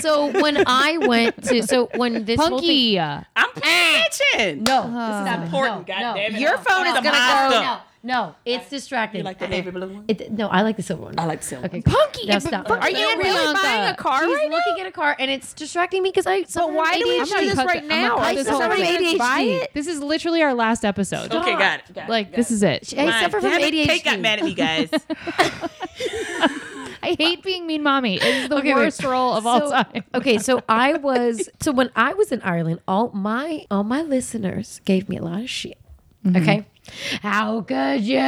Speaker 5: So when I went to, so when this whole thing-
Speaker 3: punky
Speaker 4: I'm paying attention.
Speaker 5: no,
Speaker 4: It's important,
Speaker 5: no,
Speaker 4: God damn
Speaker 5: no.
Speaker 4: it.
Speaker 5: Your
Speaker 4: phone
Speaker 5: no, no, no, no, it's distracting.
Speaker 4: You like the navy blue one?
Speaker 5: It, no, I like the silver one.
Speaker 4: I like the silver
Speaker 5: Okay,
Speaker 4: one.
Speaker 5: punky. No,
Speaker 3: it-
Speaker 5: stop.
Speaker 3: Punky, Are you
Speaker 5: Stop.
Speaker 3: really
Speaker 5: Stop.
Speaker 3: buying a
Speaker 2: car
Speaker 5: She's
Speaker 2: right now?
Speaker 5: looking at a car, and it's distracting me because I. But
Speaker 2: why do we
Speaker 5: ADHD.
Speaker 2: have this
Speaker 3: cut
Speaker 2: right
Speaker 3: the- I'm gonna
Speaker 2: now?
Speaker 3: cut
Speaker 5: I
Speaker 3: this
Speaker 5: suffer
Speaker 3: whole
Speaker 5: from
Speaker 3: thing.
Speaker 5: ADHD.
Speaker 2: Buy it?
Speaker 3: this is literally our last episode
Speaker 4: Okay, got it. Got it.
Speaker 3: like this is it
Speaker 5: I
Speaker 4: God
Speaker 5: suffer from
Speaker 4: damn it,
Speaker 5: ADHD.
Speaker 4: Kate got mad at
Speaker 3: [LAUGHS]
Speaker 4: me, guys.
Speaker 3: I hate being mean mommy it's the
Speaker 5: Okay, wait.
Speaker 3: worst role of all
Speaker 5: So-
Speaker 3: time
Speaker 5: [LAUGHS] okay, so I was so when I was in Ireland, all my all my listeners gave me a lot of shit.
Speaker 3: Mm-hmm.
Speaker 5: Okay, how could you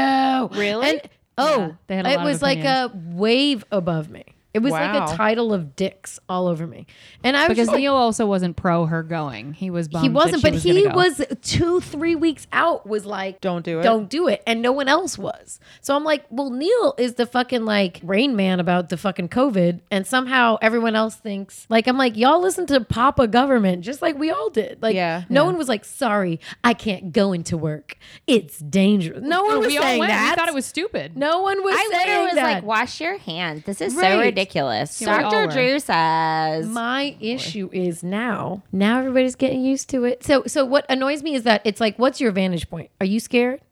Speaker 5: really? oh,
Speaker 3: they had a
Speaker 5: it
Speaker 3: lot of
Speaker 5: was like a wave above me. It was like
Speaker 2: Wow.
Speaker 5: a tidal of dicks all over me, and I was
Speaker 3: because
Speaker 5: just like-
Speaker 3: Neil also wasn't pro her going he was bummed
Speaker 5: he wasn't,
Speaker 3: that
Speaker 5: but
Speaker 3: she was
Speaker 5: he
Speaker 3: gonna go.
Speaker 5: was two, three weeks out. Was like,
Speaker 2: Don't do it.
Speaker 5: don't do it, and no one else was. So I'm like, well, Neil is the fucking like Rain Man about the fucking COVID, and somehow everyone else thinks like I'm like y'all listen to Papa Government just like we all did. Like,
Speaker 2: Yeah.
Speaker 5: no one was like, sorry, I can't go into work. It's dangerous. Oh, No one was
Speaker 3: we all
Speaker 5: saying
Speaker 3: went.
Speaker 5: that.
Speaker 3: We thought it was stupid.
Speaker 5: No one was
Speaker 9: I
Speaker 5: saying
Speaker 9: literally was
Speaker 5: that.
Speaker 9: like, wash your hands. This is
Speaker 5: Right.
Speaker 9: so ridiculous.
Speaker 3: Yeah, we all
Speaker 9: Dr.
Speaker 3: were.
Speaker 9: Drew says.
Speaker 5: My issue is now, now everybody's getting used to it. So, so what annoys me is that it's like, what's your vantage point? Are you scared?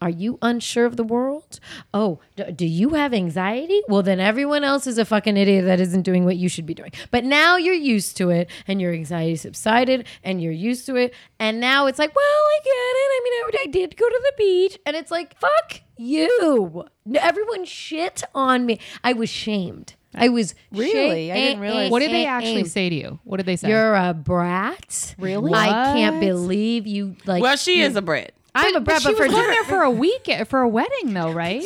Speaker 5: Are you unsure of the world? Oh, d- do you have anxiety? Well, then everyone else is a fucking idiot that isn't doing what you should be doing. But now you're used to it and your anxiety subsided and you're used to it. And now it's like, well, I get it. I mean, I, I did go to the beach. And it's like, fuck you. No, Everyone shit on me. I was shamed. I was
Speaker 2: Really? I didn't
Speaker 5: shamed.
Speaker 2: realize
Speaker 3: What did they actually
Speaker 5: Mm-mm.
Speaker 3: say to you? What did they say?
Speaker 5: You're a brat. Really? I can't believe you. Like,
Speaker 4: well, she is a brat.
Speaker 5: I'm a brat,
Speaker 3: she
Speaker 5: but, for
Speaker 3: was going
Speaker 5: dinner.
Speaker 3: there for a week for a wedding,
Speaker 5: [LAUGHS]
Speaker 3: though, right?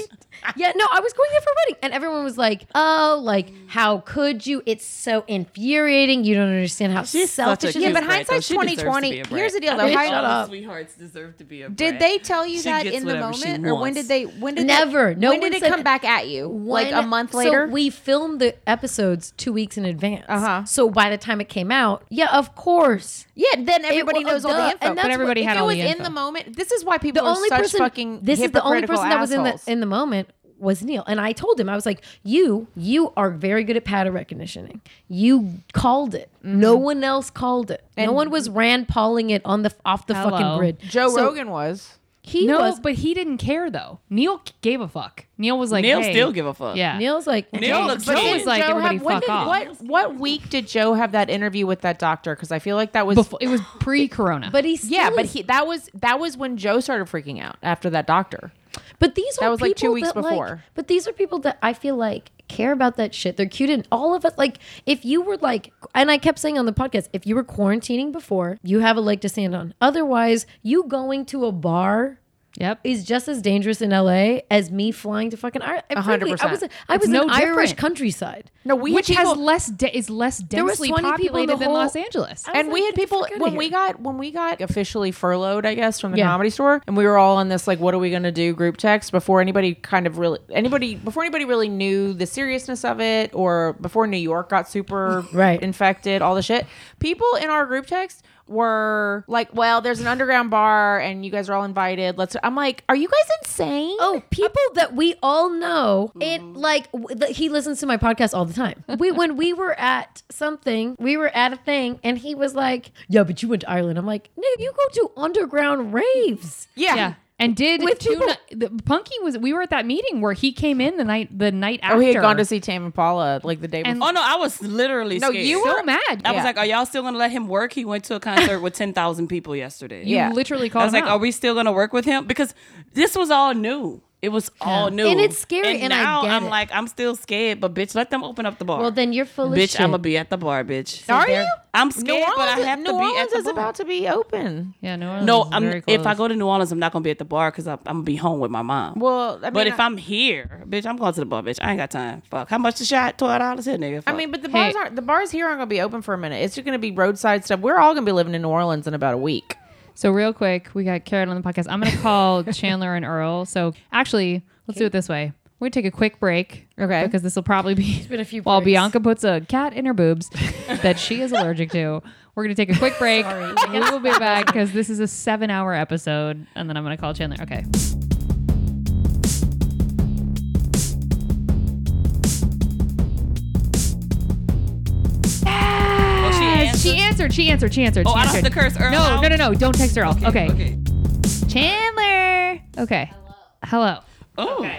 Speaker 5: Yeah, no, I was going there for a wedding, and everyone was like, "Oh, like how could you? It's so infuriating. You don't understand how selfish." it is."
Speaker 4: Yeah,
Speaker 2: but hindsight's 2020. Here's the deal, though. Hi-
Speaker 4: All
Speaker 2: Shut
Speaker 4: the
Speaker 2: up.
Speaker 4: sweethearts deserve to be a
Speaker 6: Did
Speaker 4: brat.
Speaker 6: they tell you
Speaker 4: She
Speaker 6: that
Speaker 4: gets
Speaker 6: in the
Speaker 4: whatever she
Speaker 6: moment, or when
Speaker 4: wants.
Speaker 6: did they? When did
Speaker 5: Never.
Speaker 6: They,
Speaker 5: No
Speaker 6: when
Speaker 5: one
Speaker 6: did it
Speaker 5: said-
Speaker 6: come back at you? like a
Speaker 5: One-
Speaker 6: month later.
Speaker 5: So we filmed the episodes two weeks in advance.
Speaker 6: Uh-huh.
Speaker 5: So by the time it came out, yeah, of course.
Speaker 6: yeah. Then everybody
Speaker 5: wa-
Speaker 6: knows all
Speaker 5: duh,
Speaker 6: the info.
Speaker 5: and that's
Speaker 3: But everybody
Speaker 6: if
Speaker 3: had
Speaker 6: it
Speaker 3: all
Speaker 6: was
Speaker 3: the
Speaker 6: in
Speaker 3: info.
Speaker 6: the moment. This is why people
Speaker 5: The
Speaker 6: are
Speaker 5: only
Speaker 6: such
Speaker 5: person
Speaker 6: fucking.
Speaker 5: this is the only
Speaker 6: hypocritical
Speaker 5: person that was in the
Speaker 6: assholes.
Speaker 5: in the moment was Neil. And I told him, I was like, you, you are very good at pattern recognition. You called it. No one else called it. no one was Rand Pauling it on the off the fucking
Speaker 3: Hello.
Speaker 5: grid.
Speaker 2: Joe
Speaker 5: So
Speaker 2: Rogan was.
Speaker 5: He
Speaker 3: no,
Speaker 5: was.
Speaker 3: but he didn't care though. Neil k- gave a fuck. Neil was like,
Speaker 4: Neil
Speaker 3: hey.
Speaker 4: still give a fuck.
Speaker 3: Yeah,
Speaker 5: Neil's like,
Speaker 4: Neil
Speaker 5: "Okay."
Speaker 4: looks
Speaker 3: Joe
Speaker 4: bad.
Speaker 3: was like,
Speaker 2: Joe
Speaker 3: everybody
Speaker 2: have- when
Speaker 3: fuck
Speaker 2: did-
Speaker 3: off.
Speaker 2: What what week did Joe have that interview with that doctor? Because I feel like that was
Speaker 3: Before, it was pre-corona.
Speaker 5: but he still
Speaker 2: yeah, but
Speaker 5: is-
Speaker 2: he that was that was when Joe started freaking out after that doctor.
Speaker 5: But these
Speaker 2: That
Speaker 5: are
Speaker 2: was,
Speaker 5: people
Speaker 2: like, two weeks
Speaker 5: that, like-
Speaker 2: before.
Speaker 5: but these are people that I feel like care about that shit. They're cute and all of us like if you were like and I kept saying on the podcast, if you were quarantining before, you have a leg to stand on. Otherwise, you going to a bar
Speaker 3: yep.
Speaker 5: is just as dangerous in LA as me flying to fucking Ireland. Frankly, I
Speaker 2: 100%.
Speaker 5: was I
Speaker 3: It's
Speaker 5: was
Speaker 3: no
Speaker 5: in Irish
Speaker 3: different.
Speaker 5: countryside.
Speaker 2: No, we
Speaker 3: which
Speaker 2: had
Speaker 3: has
Speaker 2: people,
Speaker 3: less de- is less
Speaker 5: was
Speaker 3: densely
Speaker 5: 20 people in the
Speaker 3: populated than
Speaker 5: whole- Uh,
Speaker 3: Los Angeles.
Speaker 5: I
Speaker 2: and
Speaker 5: was
Speaker 2: we had
Speaker 5: like, "Get the
Speaker 2: people
Speaker 5: fuck outta
Speaker 2: when
Speaker 5: here."
Speaker 2: we got when we got officially furloughed, I guess, from the
Speaker 5: Yeah.
Speaker 2: comedy store, and we were all on this like, what are we gonna do? Group text before anybody kind of really anybody before anybody really knew the seriousness of it, or before New York got [LAUGHS] super
Speaker 5: Right.
Speaker 2: infected, all the shit. People in our group text were like, well, there's an underground bar, and you guys are all invited. Let's. I'm like, are you guys insane?
Speaker 5: Oh, people that we all know. It like w- the, he listens to my podcast all the time. We when we were at something, we were at a thing, and he was like, "Yeah, but you went to Ireland." I'm like, "Nigga, you go to underground raves."
Speaker 2: yeah.
Speaker 3: yeah. And did
Speaker 5: With
Speaker 3: two
Speaker 5: people-
Speaker 3: ni- the, Punky was we were at that meeting where he came in the night the night after.
Speaker 2: Oh, he had gone to see Tame Impala like the day before.
Speaker 3: And-
Speaker 4: Oh no, I was literally
Speaker 2: No,
Speaker 4: scared.
Speaker 2: you
Speaker 3: so mad.
Speaker 4: I
Speaker 3: Yeah.
Speaker 4: was like, are y'all still gonna let him work? He went to a concert
Speaker 3: [LAUGHS]
Speaker 4: with ten thousand people yesterday.
Speaker 3: You
Speaker 2: Yeah.
Speaker 3: literally called
Speaker 4: I was
Speaker 3: him
Speaker 4: like,
Speaker 3: out.
Speaker 4: are we still gonna work with him? Because this was all new. It was all new,
Speaker 5: And it's scary, and I
Speaker 4: now
Speaker 5: get
Speaker 4: am
Speaker 5: it.
Speaker 4: like, I'm still scared, but bitch, let them open up the bar.
Speaker 5: Well, then you're full of
Speaker 4: bitch,
Speaker 5: shit.
Speaker 4: I'm gonna be at the bar, bitch.
Speaker 2: are you?
Speaker 4: I'm scared,
Speaker 2: New Orleans,
Speaker 4: but I have
Speaker 2: New
Speaker 4: to be
Speaker 2: Orleans
Speaker 4: at the
Speaker 2: is
Speaker 4: bar.
Speaker 2: about to be open.
Speaker 3: yeah, no,
Speaker 4: no, I'm, if I go to New Orleans, I'm not gonna be at the bar because I'm, I'm gonna be home with my mom.
Speaker 2: Well, I mean,
Speaker 4: but if I'm here, bitch, I'm going to the bar, bitch. I ain't got time. Fuck. How much the shot? Twelve dollars here, nigga.
Speaker 2: I
Speaker 4: Fuck.
Speaker 2: mean, but the
Speaker 3: Hey.
Speaker 2: bars aren't the bars here aren't gonna be open for a minute. It's just gonna be roadside stuff. We're all gonna be living in New Orleans in about a week.
Speaker 3: So real quick, we got Karen on the podcast. I'm
Speaker 5: [LAUGHS]
Speaker 3: gonna call Chandler and Earl. So actually, let's do it this way. We're gonna take a quick break,
Speaker 2: Okay.
Speaker 3: Because this will probably be
Speaker 5: been a few
Speaker 3: while
Speaker 5: breaks.
Speaker 3: Bianca puts a cat in her boobs that she is allergic to. We're gonna take a
Speaker 5: [LAUGHS]
Speaker 3: quick break. we will be back because this is a seven-hour episode, and then I'm gonna call Chandler. Okay.
Speaker 4: Well, she answered.
Speaker 3: She answered. She answered. She answered.
Speaker 4: Oh,
Speaker 3: she
Speaker 4: I don't have
Speaker 3: answered.
Speaker 4: to curse Earl.
Speaker 3: No,
Speaker 4: out?
Speaker 3: no, no, no! Don't text Earl. Okay.
Speaker 4: Okay.
Speaker 3: Chandler. Okay. Hello.
Speaker 4: Oh.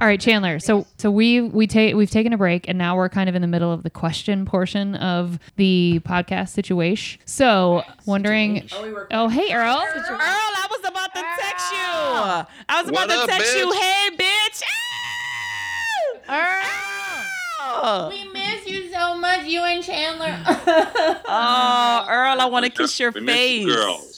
Speaker 3: All right, Chandler. So so we we take we've taken a break and now we're kind of in the middle of the question portion of the podcast situation. So wondering Oh, hey Earl.
Speaker 4: Earl, I was about to text you. I was about
Speaker 10: What
Speaker 4: to
Speaker 10: up,
Speaker 4: text you.
Speaker 10: bitch?
Speaker 4: Hey, bitch. Earl.
Speaker 9: We miss you so much, you and Chandler.
Speaker 4: [LAUGHS] Oh, Earl, I want to kiss your
Speaker 10: We miss
Speaker 4: face.
Speaker 10: you girls.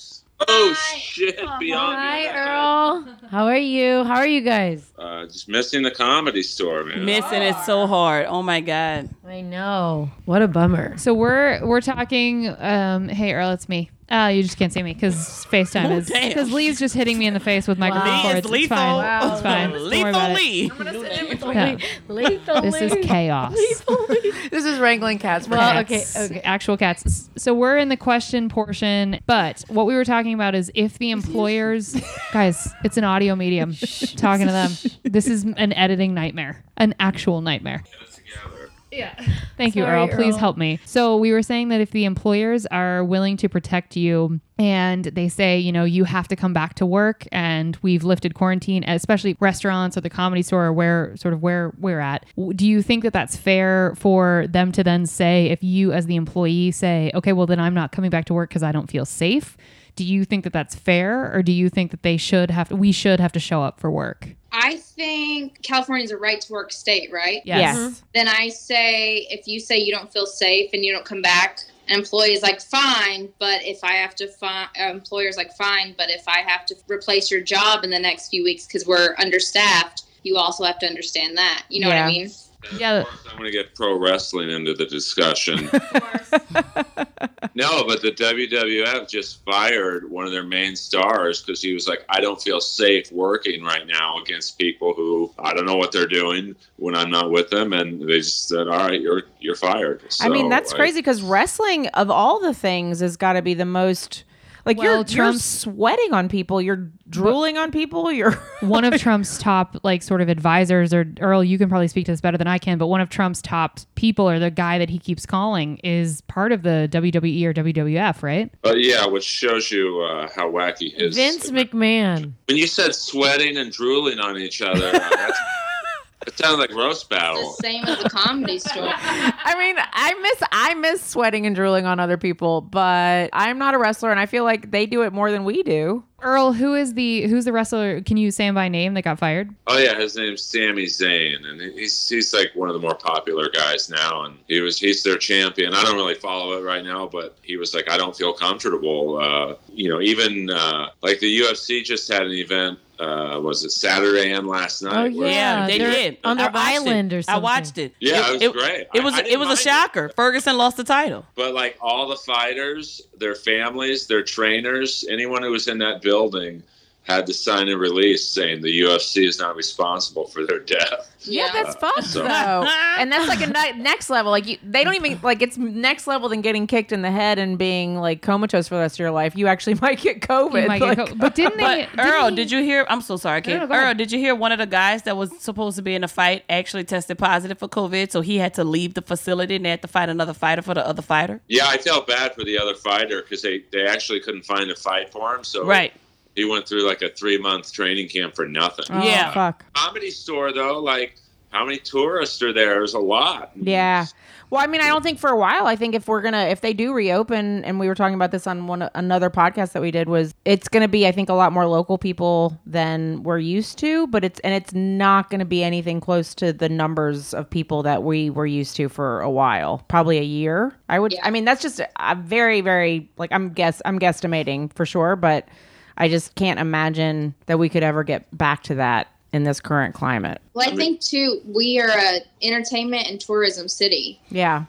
Speaker 10: Oh shit, Bianca.
Speaker 5: Hi Earl, how are you? How are you guys?
Speaker 10: Uh, just missing the comedy store, man.
Speaker 4: Missing it so hard. Oh my god.
Speaker 5: I know. What a bummer.
Speaker 3: So we're we're talking um hey Earl, it's me. Uh, you just can't see me because FaceTime
Speaker 4: [LAUGHS] Oh,
Speaker 3: is
Speaker 4: damn.
Speaker 3: because Lee's just hitting me in the face with microphone
Speaker 4: Lee
Speaker 3: cords.
Speaker 4: is
Speaker 3: It's
Speaker 4: lethal.
Speaker 3: fine. It's fine. Don't worry about
Speaker 4: Lethal
Speaker 3: it.
Speaker 4: Lee.
Speaker 3: Yeah.
Speaker 5: Lethal.
Speaker 3: This is chaos.
Speaker 2: This is wrangling cats. For
Speaker 3: Well, okay,
Speaker 5: Cats.
Speaker 3: okay, actual cats. S- So we're in the question portion, but what we were talking about is if the employers, guys, it's an audio medium. talking to them, this is an editing nightmare, an actual nightmare. Thank you,
Speaker 5: Sorry,
Speaker 3: Earl. Please
Speaker 5: Earl.
Speaker 3: help me. So we were saying that if the employers are willing to protect you and they say, you know, you have to come back to work and we've lifted quarantine, especially restaurants or the comedy store or where sort of where we're at, w- do you think that that's fair for them to then say, if you as the employee say, okay, well, then I'm not coming back to work because I don't feel safe? Do you think that that's fair or do you think that they should have, we should have to show up for work?
Speaker 11: I think California's a right to work state, right?
Speaker 2: Yes.
Speaker 11: Then I say if you say you don't feel safe and you don't come back, an employee is like, fine, but if I have to find, employer's like, fine, but if I have to replace your job in the next few weeks because we're understaffed, you also have to understand that. You know
Speaker 2: Yeah.
Speaker 11: what I mean?
Speaker 3: Yeah.
Speaker 10: Of course, I'm going to get pro wrestling into the discussion. [LAUGHS] no, but the WWF just fired one of their main stars because he was like, I don't feel safe working right now against people who I don't know what they're doing when I'm not with them, and they just said, "All right, you're you're fired."
Speaker 2: I mean,
Speaker 10: So,
Speaker 2: that's
Speaker 10: like,
Speaker 2: crazy because wrestling of all the things has got to be the most. Like
Speaker 3: Well,
Speaker 2: you're, you're
Speaker 3: Trump's-
Speaker 2: sweating on people. You're drooling on people. You're [LAUGHS]
Speaker 3: one [LAUGHS] of Trump's top like sort of advisors, or Earl, you can probably speak to this better than I can, but one of Trump's top people, or the guy that he keeps calling, is part of the WWE or WWF, right?
Speaker 10: But yeah, which shows you uh, how wacky his.
Speaker 5: Vince McMahon.
Speaker 10: when you said sweating and drooling on each other, uh,
Speaker 4: [LAUGHS]
Speaker 10: that's, that sounds like roast battle.
Speaker 11: It's the same as the comedy store.
Speaker 2: I mean, I miss I miss sweating and drooling on other people, but I'm not a wrestler and I feel like they do it more than we do.
Speaker 3: Earl, who is the who's the wrestler? Can you say him by name that got fired?
Speaker 10: Oh yeah, his name's Sami Zayn, and he's he's like one of the more popular guys now, and he was he's their champion. I don't really follow it right now, but he was like, I don't feel comfortable. Uh, you know, even uh, like the UFC just had an event. Uh, was it Saturday and last night?
Speaker 5: Oh,
Speaker 10: where-
Speaker 5: Yeah,
Speaker 4: Yeah, they
Speaker 5: they're
Speaker 4: did
Speaker 5: on
Speaker 4: I
Speaker 5: their
Speaker 4: watched
Speaker 5: island
Speaker 4: it.
Speaker 5: or
Speaker 4: I watched it.
Speaker 10: Yeah, it was
Speaker 4: it,
Speaker 10: great.
Speaker 4: It was
Speaker 10: I- I
Speaker 4: it
Speaker 10: didn't
Speaker 4: was a
Speaker 10: mind
Speaker 4: shocker. Ferguson lost the title.
Speaker 10: But like all the fighters, their families, their trainers, anyone who was in that building had to sign a release saying the UFC is not responsible for their death.
Speaker 11: Yeah.
Speaker 2: that's fucked
Speaker 10: so-
Speaker 2: though, and that's like a ni- next level. Like you, they don't even like it's next level than getting kicked in the head and being like comatose for the rest of your life. You actually [LAUGHS] might get COVID.
Speaker 3: You might get
Speaker 2: like-
Speaker 3: co- but didn't they?
Speaker 4: [LAUGHS] But
Speaker 3: didn't
Speaker 4: Earl,
Speaker 3: he-
Speaker 4: did you hear? I'm so sorry, Kate.
Speaker 3: no, go ahead.
Speaker 4: Earl, did you hear one of the guys that was supposed to be in the fight actually tested positive for COVID, so he had to leave the facility and they had to fight another fighter for the other fighter?
Speaker 10: Yeah, I felt bad for the other fighter because they, they actually couldn't find a fight for him. So
Speaker 4: Right.
Speaker 10: he went through like a three month training camp for nothing.
Speaker 2: Oh,
Speaker 4: Yeah.
Speaker 2: fuck.
Speaker 10: Comedy store, though, like how many tourists are there? There's a lot.
Speaker 2: Yeah. Well, I mean, I don't think for a while. I think if we're gonna, if they do reopen, and we were talking about this on one another podcast that we did, was it's gonna be, I think, a lot more local people than we're used to. But it's and it's not gonna be anything close to the numbers of people that we were used to for a while, probably a year. I would, I mean, that's just a very, very like I'm guess I'm guesstimating for sure, [LAUGHS] but I just can't imagine that we could ever get back to that in this current climate.
Speaker 11: Well, I think too, we are a entertainment and tourism city.
Speaker 2: Yeah.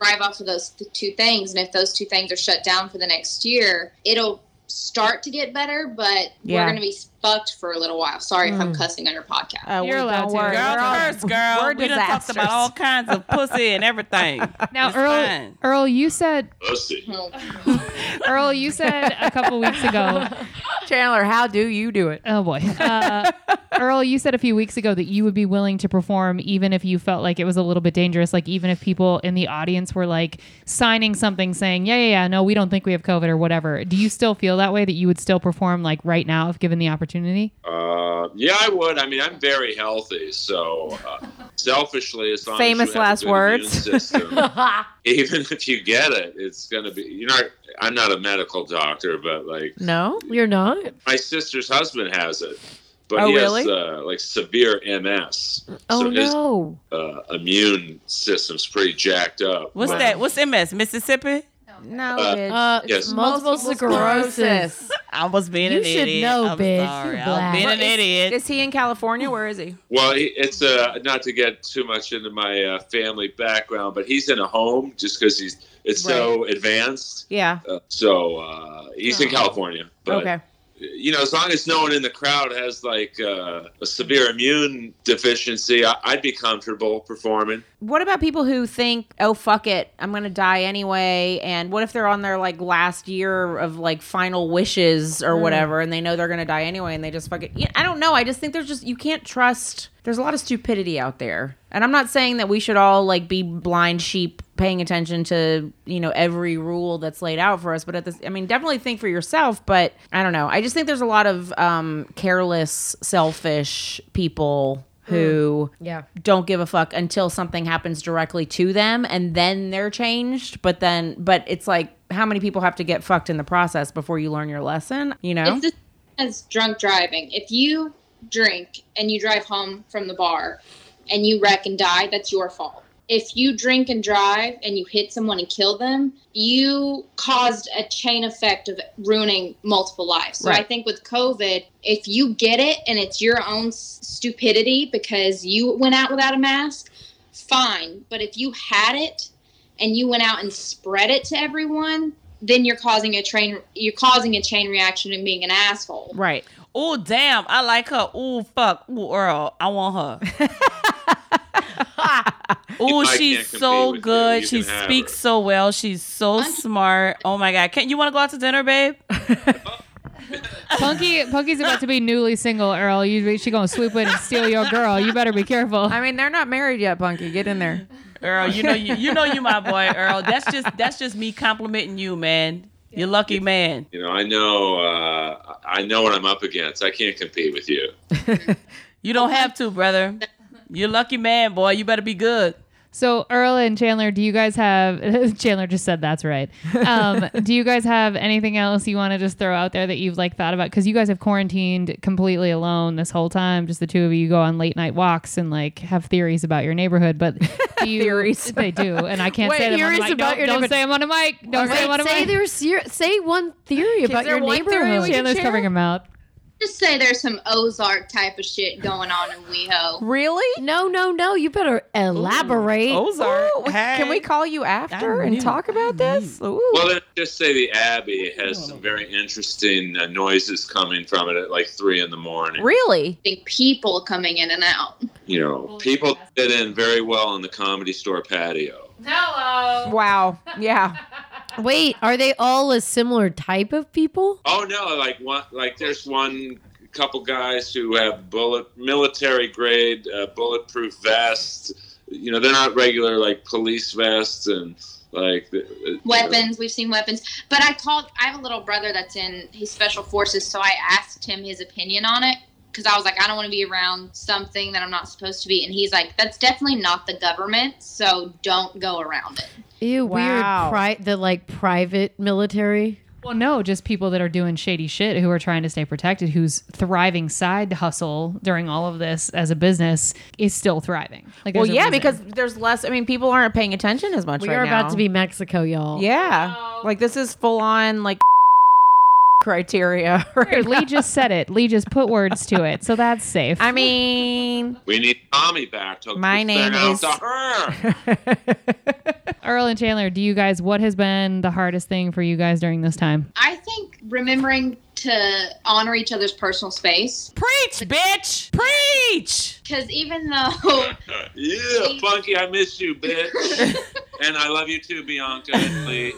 Speaker 11: thrive off of those th- two things. And if those two things are shut down for the next year, it'll start to get better, but
Speaker 2: Yeah.
Speaker 11: we're going to be fucked for a little while. Sorry if I'm cussing on your podcast.
Speaker 2: Uh,
Speaker 3: You're
Speaker 2: well,
Speaker 3: allowed
Speaker 2: don't
Speaker 3: to.
Speaker 2: worry.
Speaker 3: Girl
Speaker 2: We're all-
Speaker 4: first, girl.
Speaker 2: we're
Speaker 4: we done talked
Speaker 2: disasters.
Speaker 4: about all kinds of pussy and everything.
Speaker 3: [LAUGHS] now,
Speaker 4: It's
Speaker 3: Earl,
Speaker 4: fine.
Speaker 3: Earl, you said
Speaker 10: Pussy.
Speaker 3: Earl, you said a couple weeks ago.
Speaker 2: [LAUGHS] Chandler, how do you do it?
Speaker 3: Oh boy, uh, Earl, you said a few weeks ago that you would be willing to perform even if you felt like it was a little bit dangerous. Like even if people in the audience were like signing something saying, "Yeah, yeah, yeah, no, we don't think we have COVID" or whatever. Do you still feel that way? That you would still perform like right now if given the opportunity?
Speaker 10: Uh, yeah, I would. I mean, I'm very healthy, so uh, selfishly, as long
Speaker 2: Famous
Speaker 10: as you have
Speaker 2: last
Speaker 10: a good
Speaker 2: words. [LAUGHS]
Speaker 10: immune system, [LAUGHS] even if you get it, it's gonna be. You're not. I'm not a medical doctor, but like
Speaker 2: No.
Speaker 5: [LAUGHS] You're not.
Speaker 10: my sister's husband has it, but
Speaker 2: Oh,
Speaker 10: he has
Speaker 2: really?
Speaker 10: uh, like severe MS.
Speaker 5: Oh
Speaker 10: so his
Speaker 5: no.
Speaker 10: uh, immune system's pretty jacked up.
Speaker 4: What's
Speaker 10: But-
Speaker 4: that? What's MS? Mississippi?
Speaker 2: No,
Speaker 10: Uh,
Speaker 2: bitch.
Speaker 5: Uh,
Speaker 10: Yes.
Speaker 5: Multiple sclerosis.
Speaker 4: I was being
Speaker 5: You
Speaker 4: an
Speaker 5: should
Speaker 4: idiot.
Speaker 5: know,
Speaker 4: I'm
Speaker 5: bitch.
Speaker 4: Sorry.
Speaker 5: You're
Speaker 4: I
Speaker 5: black.
Speaker 4: was being
Speaker 5: But
Speaker 4: an idiot.
Speaker 2: Is he in California? Where is he?
Speaker 10: Well, he- it's uh, not to get too much into my uh, family background, but he's in a home just because he's it's so advanced.
Speaker 2: Yeah.
Speaker 10: Uh, so uh, he's in California, but
Speaker 2: okay.
Speaker 10: you know, as long as no one in the crowd has like uh, a severe immune deficiency, I- I'd be comfortable performing.
Speaker 2: What about people who think, "Oh fuck it, I'm gonna die anyway"? And what if they're on their like last year of like final wishes or whatever, and they know they're gonna die anyway, and they just fucking. Yeah, I don't know. I just think there's just you can't trust. There's a lot of stupidity out there, and I'm not saying that we should all like be blind sheep paying attention to you know every rule that's laid out for us but at this i mean definitely think for yourself but i don't know i just think there's a lot of um careless selfish people who
Speaker 5: Yeah.
Speaker 2: don't give a fuck until something happens directly to them and then they're changed but then but it's like how many people have to get fucked in the process before you learn your lesson you know
Speaker 11: It's the same as drunk driving. If you drink and you drive home from the bar and you wreck and die, that's your fault. If you drink and drive and you hit someone and kill them, you caused a chain effect of ruining multiple lives. So I
Speaker 2: Right.
Speaker 11: think with COVID, if you get it and it's your own s- stupidity because you went out without a mask, fine. But if you had it and you went out and spread it to everyone, then you're causing a train you're causing a chain reaction and being an asshole.
Speaker 2: right
Speaker 4: Oh
Speaker 5: [LAUGHS]
Speaker 4: damn, I like her. Oh fuck. Oh Earl, I want her. Oh,
Speaker 10: I
Speaker 4: she's
Speaker 10: can't compete
Speaker 4: so
Speaker 10: with you,
Speaker 4: good.
Speaker 10: you
Speaker 4: she
Speaker 10: can have
Speaker 4: speaks
Speaker 10: her.
Speaker 4: so well. She's so smart. Oh my god! Can you want to go out to dinner, babe?
Speaker 3: Punky, Punky's about to be newly single, Earl. You, she gonna swoop in and steal your girl. You better be careful.
Speaker 2: I mean, they're not married yet, Bunky. Get in there.
Speaker 4: Earl, you know you, you know you my boy, Earl. That's just that's just me complimenting you, man. You're lucky, man.
Speaker 10: You know, I know, uh, I know what I'm up against. I can't compete with you.
Speaker 4: You don't have to, brother. You're lucky, man, boy. You better be good.
Speaker 3: So Earl and Chandler, do you guys have? [LAUGHS] Chandler just said that's right.
Speaker 2: [LAUGHS]
Speaker 3: Um, do you guys have anything else you want to just throw out there that you've like thought about? Because you guys have quarantined completely alone this whole time. Just the two of you go on late night walks and like have theories about your
Speaker 2: [LAUGHS]
Speaker 3: neighborhood. But do you,
Speaker 2: Theories.
Speaker 3: they do, and I can't
Speaker 2: Wait,
Speaker 3: say them on the
Speaker 2: theories
Speaker 3: mic.
Speaker 2: about
Speaker 3: Don't,
Speaker 2: your
Speaker 3: don't
Speaker 2: neighborhood.
Speaker 3: say them on a mic. Don't say them on a
Speaker 5: Wait, say
Speaker 3: mic.
Speaker 5: there's ser- say one theory about
Speaker 2: there
Speaker 5: your
Speaker 2: one theory
Speaker 5: neighborhood.
Speaker 2: we can
Speaker 3: Chandler's covering him out.
Speaker 11: Just say there's some Ozark type of shit going on in WeHo.
Speaker 2: Really?
Speaker 5: No, no, no. You better elaborate.
Speaker 2: Oh.
Speaker 4: Ozark.
Speaker 2: Ooh, Can we call you after
Speaker 4: I
Speaker 2: and
Speaker 4: knew-
Speaker 2: talk about this? Ooh.
Speaker 10: Well, let's just say the Abbey has some very interesting uh, noises coming from it at like three in the morning.
Speaker 2: really?
Speaker 11: Big people coming in and out.
Speaker 10: You know, people fit in very well on the comedy store patio.
Speaker 9: Hello.
Speaker 2: Wow. Yeah.
Speaker 5: Wait, are they all a similar type of people?
Speaker 10: Oh no, like one, like there's one couple guys who have bullet military grade uh, bulletproof vests. You know, they're not regular like police vests and like the- uh,
Speaker 11: Weapons. We've seen weapons. But I called. I have a little brother that's in. He's special forces, so I asked him his opinion on it because I was like, I don't want to be around something that I'm not supposed to be. And he's like, that's definitely not the government, so don't go around it.
Speaker 5: Ew,
Speaker 2: Wow.
Speaker 5: weird. Pri- the like private military.
Speaker 3: Well, no, just people that are doing shady shit who are trying to stay protected, whose thriving side hustle during all of this as a business is still thriving. Like,
Speaker 2: Well,
Speaker 3: there's a
Speaker 2: yeah,
Speaker 3: reason.
Speaker 2: because there's less. I mean, people aren't paying attention as much.
Speaker 5: We
Speaker 2: right
Speaker 5: are
Speaker 2: now.
Speaker 5: about to be Mexico, y'all.
Speaker 2: Yeah. Like this is full on like [LAUGHS] criteria. [LAUGHS]
Speaker 3: Here,
Speaker 2: Right now.
Speaker 3: Lee just said it. Lee just put words to it, so that's safe.
Speaker 2: I [LAUGHS] mean,
Speaker 10: we need Tommy back. To
Speaker 2: My name
Speaker 10: out
Speaker 2: is-
Speaker 10: to
Speaker 2: [LAUGHS]
Speaker 10: her.
Speaker 3: Earl and Chandler, do you guys? What has been the hardest thing for you guys during this time?
Speaker 11: I think remembering to honor each other's personal space
Speaker 4: Preach, bitch. Preach.
Speaker 11: because even though [LAUGHS]
Speaker 10: yeah, Funky, I miss you, bitch. and I love you too, Bianca and Lee.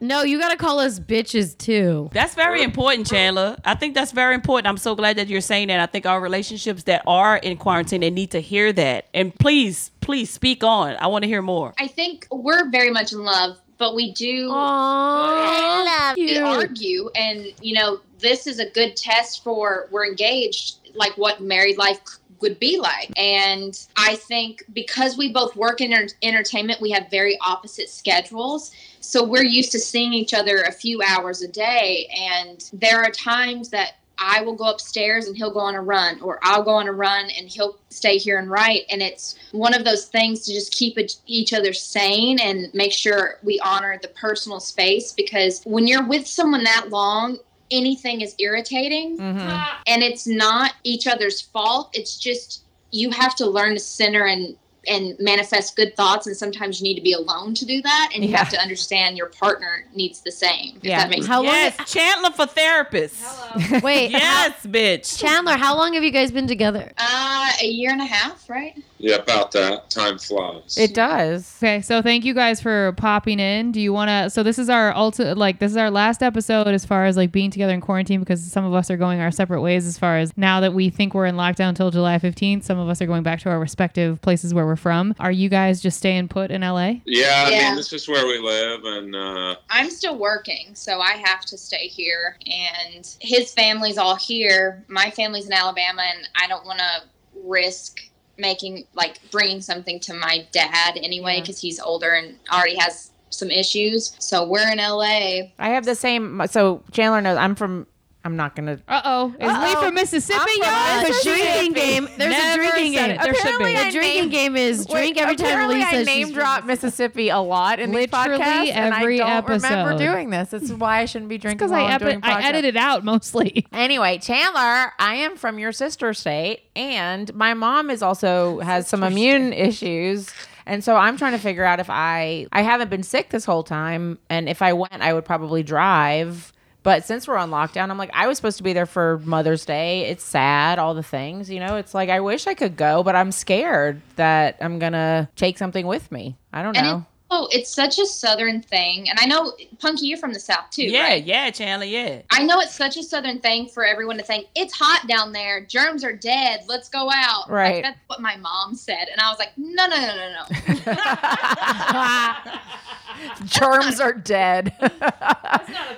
Speaker 5: No, you gotta call us bitches too.
Speaker 4: That's very important, Chandler. I think that's very important. I'm so glad that you're saying that. I think our relationships that are in quarantine they need to hear that. And please, please speak on. I want to hear more.
Speaker 11: I think we're very much in love, but we do
Speaker 5: Aww,
Speaker 11: we argue and you know this is a good test for we're engaged like what married life c- would be like and i think because we both work in enter- entertainment we have very opposite schedules so we're used to seeing each other a few hours a day and there are times that I will go upstairs and he'll go on a run, or I'll go on a run and he'll stay here and write. And it's one of those things to just keep each- each other sane and make sure we honor the personal space because when you're with someone that long, anything is irritating
Speaker 2: mhm.
Speaker 11: and it's not each other's fault. It's just you have to learn to center and and manifest good thoughts and sometimes you need to be alone to do that and you
Speaker 2: Yeah.
Speaker 11: have to understand your partner needs the same if
Speaker 2: Yeah.
Speaker 11: that makes
Speaker 5: How long?
Speaker 4: yes, Chandler for therapist.
Speaker 5: [LAUGHS] Wait,
Speaker 4: Yes, bitch.
Speaker 5: Chandler, how long have you guys been together?
Speaker 11: uh a year and a half right
Speaker 10: Yeah, about that. Time flies.
Speaker 2: it does.
Speaker 3: Okay, so thank you guys for popping in. Do you want to? So this is our ulti- like this is our last episode as far as like being together in quarantine because some of us are going our separate ways. As far as now that we think we're in lockdown till July fifteenth, some of us are going back to our respective places where we're from. Are you guys just staying put in LA?
Speaker 10: Yeah, I
Speaker 11: Yeah.
Speaker 10: mean, this is where we live, and uh,
Speaker 11: I'm still working, so I have to stay here. And his family's all here. My family's in Alabama, and I don't want to risk making like bringing something to my dad anyway because he's older and already has some issues. So we're in LA.
Speaker 2: I have the same. So Chandler knows I'm from. I'm not gonna.
Speaker 3: Uh oh, is Lee from Mississippi?
Speaker 2: I'm from
Speaker 3: y'all?
Speaker 5: There's a
Speaker 2: Mississippi.
Speaker 5: drinking game. There's
Speaker 3: Never
Speaker 5: a drinking
Speaker 3: said
Speaker 5: game.
Speaker 3: it. There should be.
Speaker 2: Apparently I
Speaker 5: The drinking
Speaker 2: named-
Speaker 5: game is drink
Speaker 2: Wait, [LAUGHS]
Speaker 5: every time
Speaker 2: apparently
Speaker 5: Lee
Speaker 2: I
Speaker 5: says she's
Speaker 2: name
Speaker 5: from
Speaker 2: drop Mississippi a lot in these
Speaker 3: Literally
Speaker 2: podcasts, and I
Speaker 3: every
Speaker 2: don't remember
Speaker 3: episode.
Speaker 2: doing this. This is why I shouldn't be drinking
Speaker 3: Because
Speaker 2: while
Speaker 3: I,
Speaker 2: I am
Speaker 3: epi-
Speaker 2: doing
Speaker 3: I
Speaker 2: podcasts.
Speaker 3: edited out mostly.
Speaker 2: Anyway, Chandler, I am from your sister state, and my mom is also has some immune issues, and so I'm trying to figure out if I I haven't been sick this whole time, and if I went, I would probably drive. But since we're on lockdown, I'm like, I was supposed to be there for Mother's Day. It's sad, all the things, you know. It's like I wish I could go, but I'm scared that I'm gonna take something with me. I don't
Speaker 11: And
Speaker 2: know.
Speaker 11: it, oh, it's such a southern thing. And I know, Punky, you're from the South too,
Speaker 4: yeah,
Speaker 11: right?
Speaker 4: yeah, Chandler, yeah.
Speaker 11: I know it's such a southern thing for everyone to think it's hot down there. Germs are dead. Let's go out. Like,
Speaker 2: Right.
Speaker 11: that's what my mom said, and I was like, no, no, no, no, no.
Speaker 2: [LAUGHS] Germs are [LAUGHS] dead.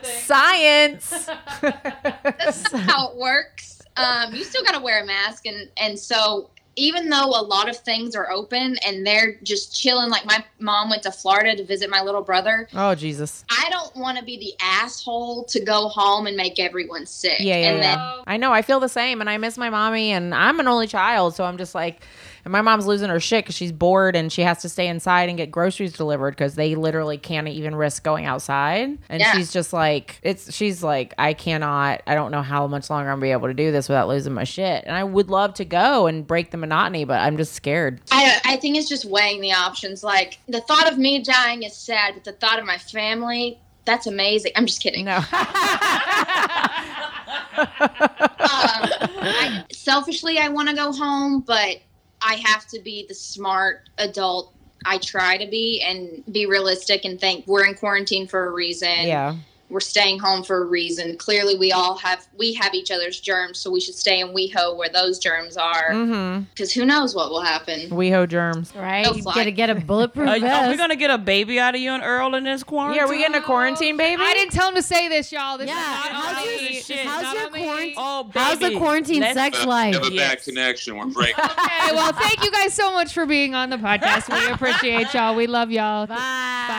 Speaker 2: Science.
Speaker 11: That's not how it works. Um, you still got to wear a mask, and and so even though a lot of things are open and they're just chilling, like my mom went to Florida to visit my little brother.
Speaker 2: Oh Jesus.
Speaker 11: I don't want to be the asshole to go home and make everyone sick.
Speaker 2: Yeah, yeah,
Speaker 11: and then
Speaker 2: yeah. I know. I feel the same, and I miss my mommy. And I'm an only child, so I'm just like, and my mom's losing her shit because she's bored and she has to stay inside and get groceries delivered because they literally can't even risk going outside. And
Speaker 11: Yeah.
Speaker 2: she's just like, it's. She's like, I cannot. I don't know how much longer I'm gonna be able to do this without losing my shit. And I would love to go and break the monotony, but I'm just scared.
Speaker 11: I, I think it's just weighing the options. Like the thought of me dying is sad, but the thought of my family, that's amazing. I'm just kidding.
Speaker 2: No.
Speaker 11: um, I, selfishly, I want to go home, but I have to be the smart adult I try to be and be realistic and think we're in quarantine for a reason.
Speaker 2: [LAUGHS] yeah.
Speaker 11: We're staying home for a reason. Clearly, we all have we have each other's germs, so we should stay in WeHo where those germs are,
Speaker 2: Mm-hmm.
Speaker 11: because who knows what will happen.
Speaker 2: WeHo germs.
Speaker 5: Right?
Speaker 11: No
Speaker 5: You
Speaker 11: fly.
Speaker 5: gotta get a bulletproof
Speaker 4: Are, are we
Speaker 5: vest.
Speaker 4: gonna get a baby out of you and Earl in this quarantine?
Speaker 2: Yeah, are we getting a quarantine baby?
Speaker 3: I didn't tell him to say this, y'all. This
Speaker 5: Yeah,
Speaker 3: is not
Speaker 5: how's
Speaker 3: on
Speaker 5: your-
Speaker 3: me. This is
Speaker 5: how's
Speaker 3: not
Speaker 5: your
Speaker 3: on me.
Speaker 5: quarantine-
Speaker 4: Oh, baby.
Speaker 5: How's the quarantine
Speaker 4: Let's-
Speaker 5: sex
Speaker 10: We
Speaker 5: life?
Speaker 10: have a bad
Speaker 4: Yes.
Speaker 10: connection. We're breaking.
Speaker 2: [LAUGHS]
Speaker 3: Okay, well, thank you guys so much for being on the podcast. We appreciate y'all. We love y'all. Bye,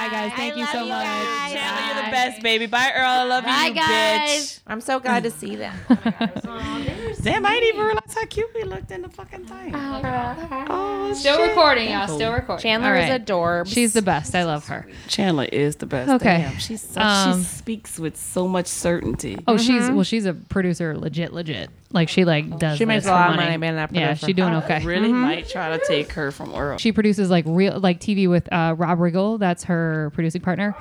Speaker 3: guys. Thank you so much.
Speaker 4: Chandler, you're
Speaker 5: Bye.
Speaker 4: the best, baby. Bye, Earl. I love
Speaker 5: Bye,
Speaker 4: you,
Speaker 5: guys.
Speaker 2: I'm so glad to see them.
Speaker 4: bitch. Damn, I didn't even realize how cute we looked in the fucking thing. Oh,
Speaker 3: Still recording, y'all. Still recording.
Speaker 2: Chandler
Speaker 3: All
Speaker 2: is
Speaker 3: right.
Speaker 2: adorable.
Speaker 3: She's the best. I love her.
Speaker 4: Chandler is the best.
Speaker 3: Okay.
Speaker 4: Damn, she's such,
Speaker 3: Um,
Speaker 4: she speaks with so much certainty.
Speaker 3: Oh, she's well. She's a producer, legit, legit. Like she like does.
Speaker 2: Mm-hmm. She makes
Speaker 3: this
Speaker 2: a
Speaker 3: for
Speaker 2: lot of money being that
Speaker 3: Yeah,
Speaker 2: producer.
Speaker 3: she doing
Speaker 4: I
Speaker 3: okay.
Speaker 4: really might try to take her from Earl.
Speaker 3: She produces like real like TV with uh, Rob Riggle. That's her producing partner.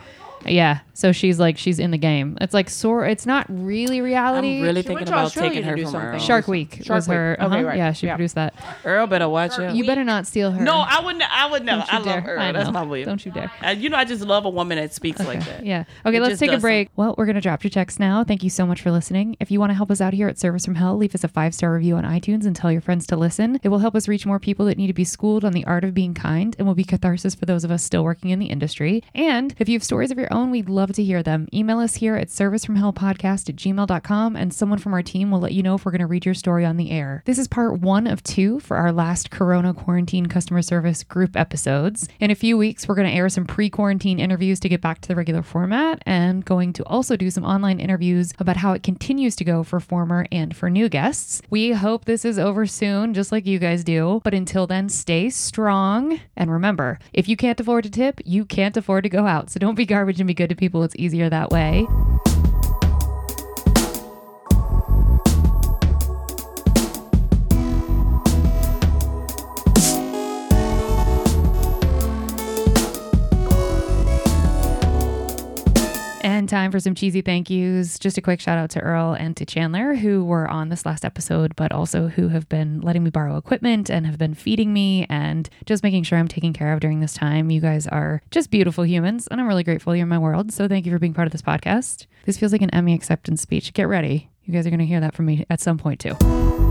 Speaker 3: Yeah, so she's like she's in the game. It's like sort. It's not really reality.
Speaker 4: I'm really
Speaker 2: She went
Speaker 4: thinking
Speaker 2: to
Speaker 4: about
Speaker 2: Australia
Speaker 4: taking
Speaker 2: to
Speaker 4: her
Speaker 2: do
Speaker 4: from
Speaker 2: something.
Speaker 4: Earl.
Speaker 3: Shark Week
Speaker 2: Shark
Speaker 3: was her.
Speaker 2: Week. Okay,
Speaker 3: uh-huh.
Speaker 2: right.
Speaker 3: Yeah, she
Speaker 2: Yeah.
Speaker 3: produced that.
Speaker 4: Earl better watch out.
Speaker 3: You better not steal her.
Speaker 4: No, I wouldn't. I would never.
Speaker 3: Don't you
Speaker 4: [LAUGHS] I love
Speaker 3: dare.
Speaker 4: Earl.
Speaker 3: I
Speaker 4: That's
Speaker 3: know.
Speaker 4: my way.
Speaker 3: Don't you
Speaker 4: [LAUGHS]
Speaker 3: dare.
Speaker 4: Uh, you know, I just love a woman that speaks like that.
Speaker 3: Yeah. Okay,
Speaker 4: It
Speaker 3: let's
Speaker 4: just
Speaker 3: take a
Speaker 4: does
Speaker 3: break. Well, we're going to drop your checks now. Thank you so much for listening. If you want to help us out here at Service from Hell, leave us a five star review on iTunes and tell your friends to listen. It will help us reach more people that need to be schooled on the art of being kind and will be catharsis for those of us still working in the industry. And if you have stories of your own, we'd love to hear them. Email us here at servicefromhellpodcast at gmail.com and someone from our team will let you know if we're going to read your story on the air. This is part one of two for our last Corona quarantine customer service group episodes. In a few weeks, we're going to air some pre quarantine interviews to get back to the regular format and going to also do some online interviews about how it continues to go for former and for new guests. We hope this is over soon, just like you guys do. But until then, stay strong. And remember, if you can't afford to tip, you can't afford to go out. So don't be garbage and be good to people. It's easier that way. And time for some cheesy thank yous. Just a quick shout out to Earl and to Chandler, who were on this last episode, but also who have been letting me borrow equipment and have been feeding me and just making sure I'm taken care of during this time. You guys are just beautiful humans, and I'm really grateful you're in my world. So thank you for being part of this podcast. This feels like an Emmy acceptance speech. Get ready. You guys are going to hear that from me at some point, too.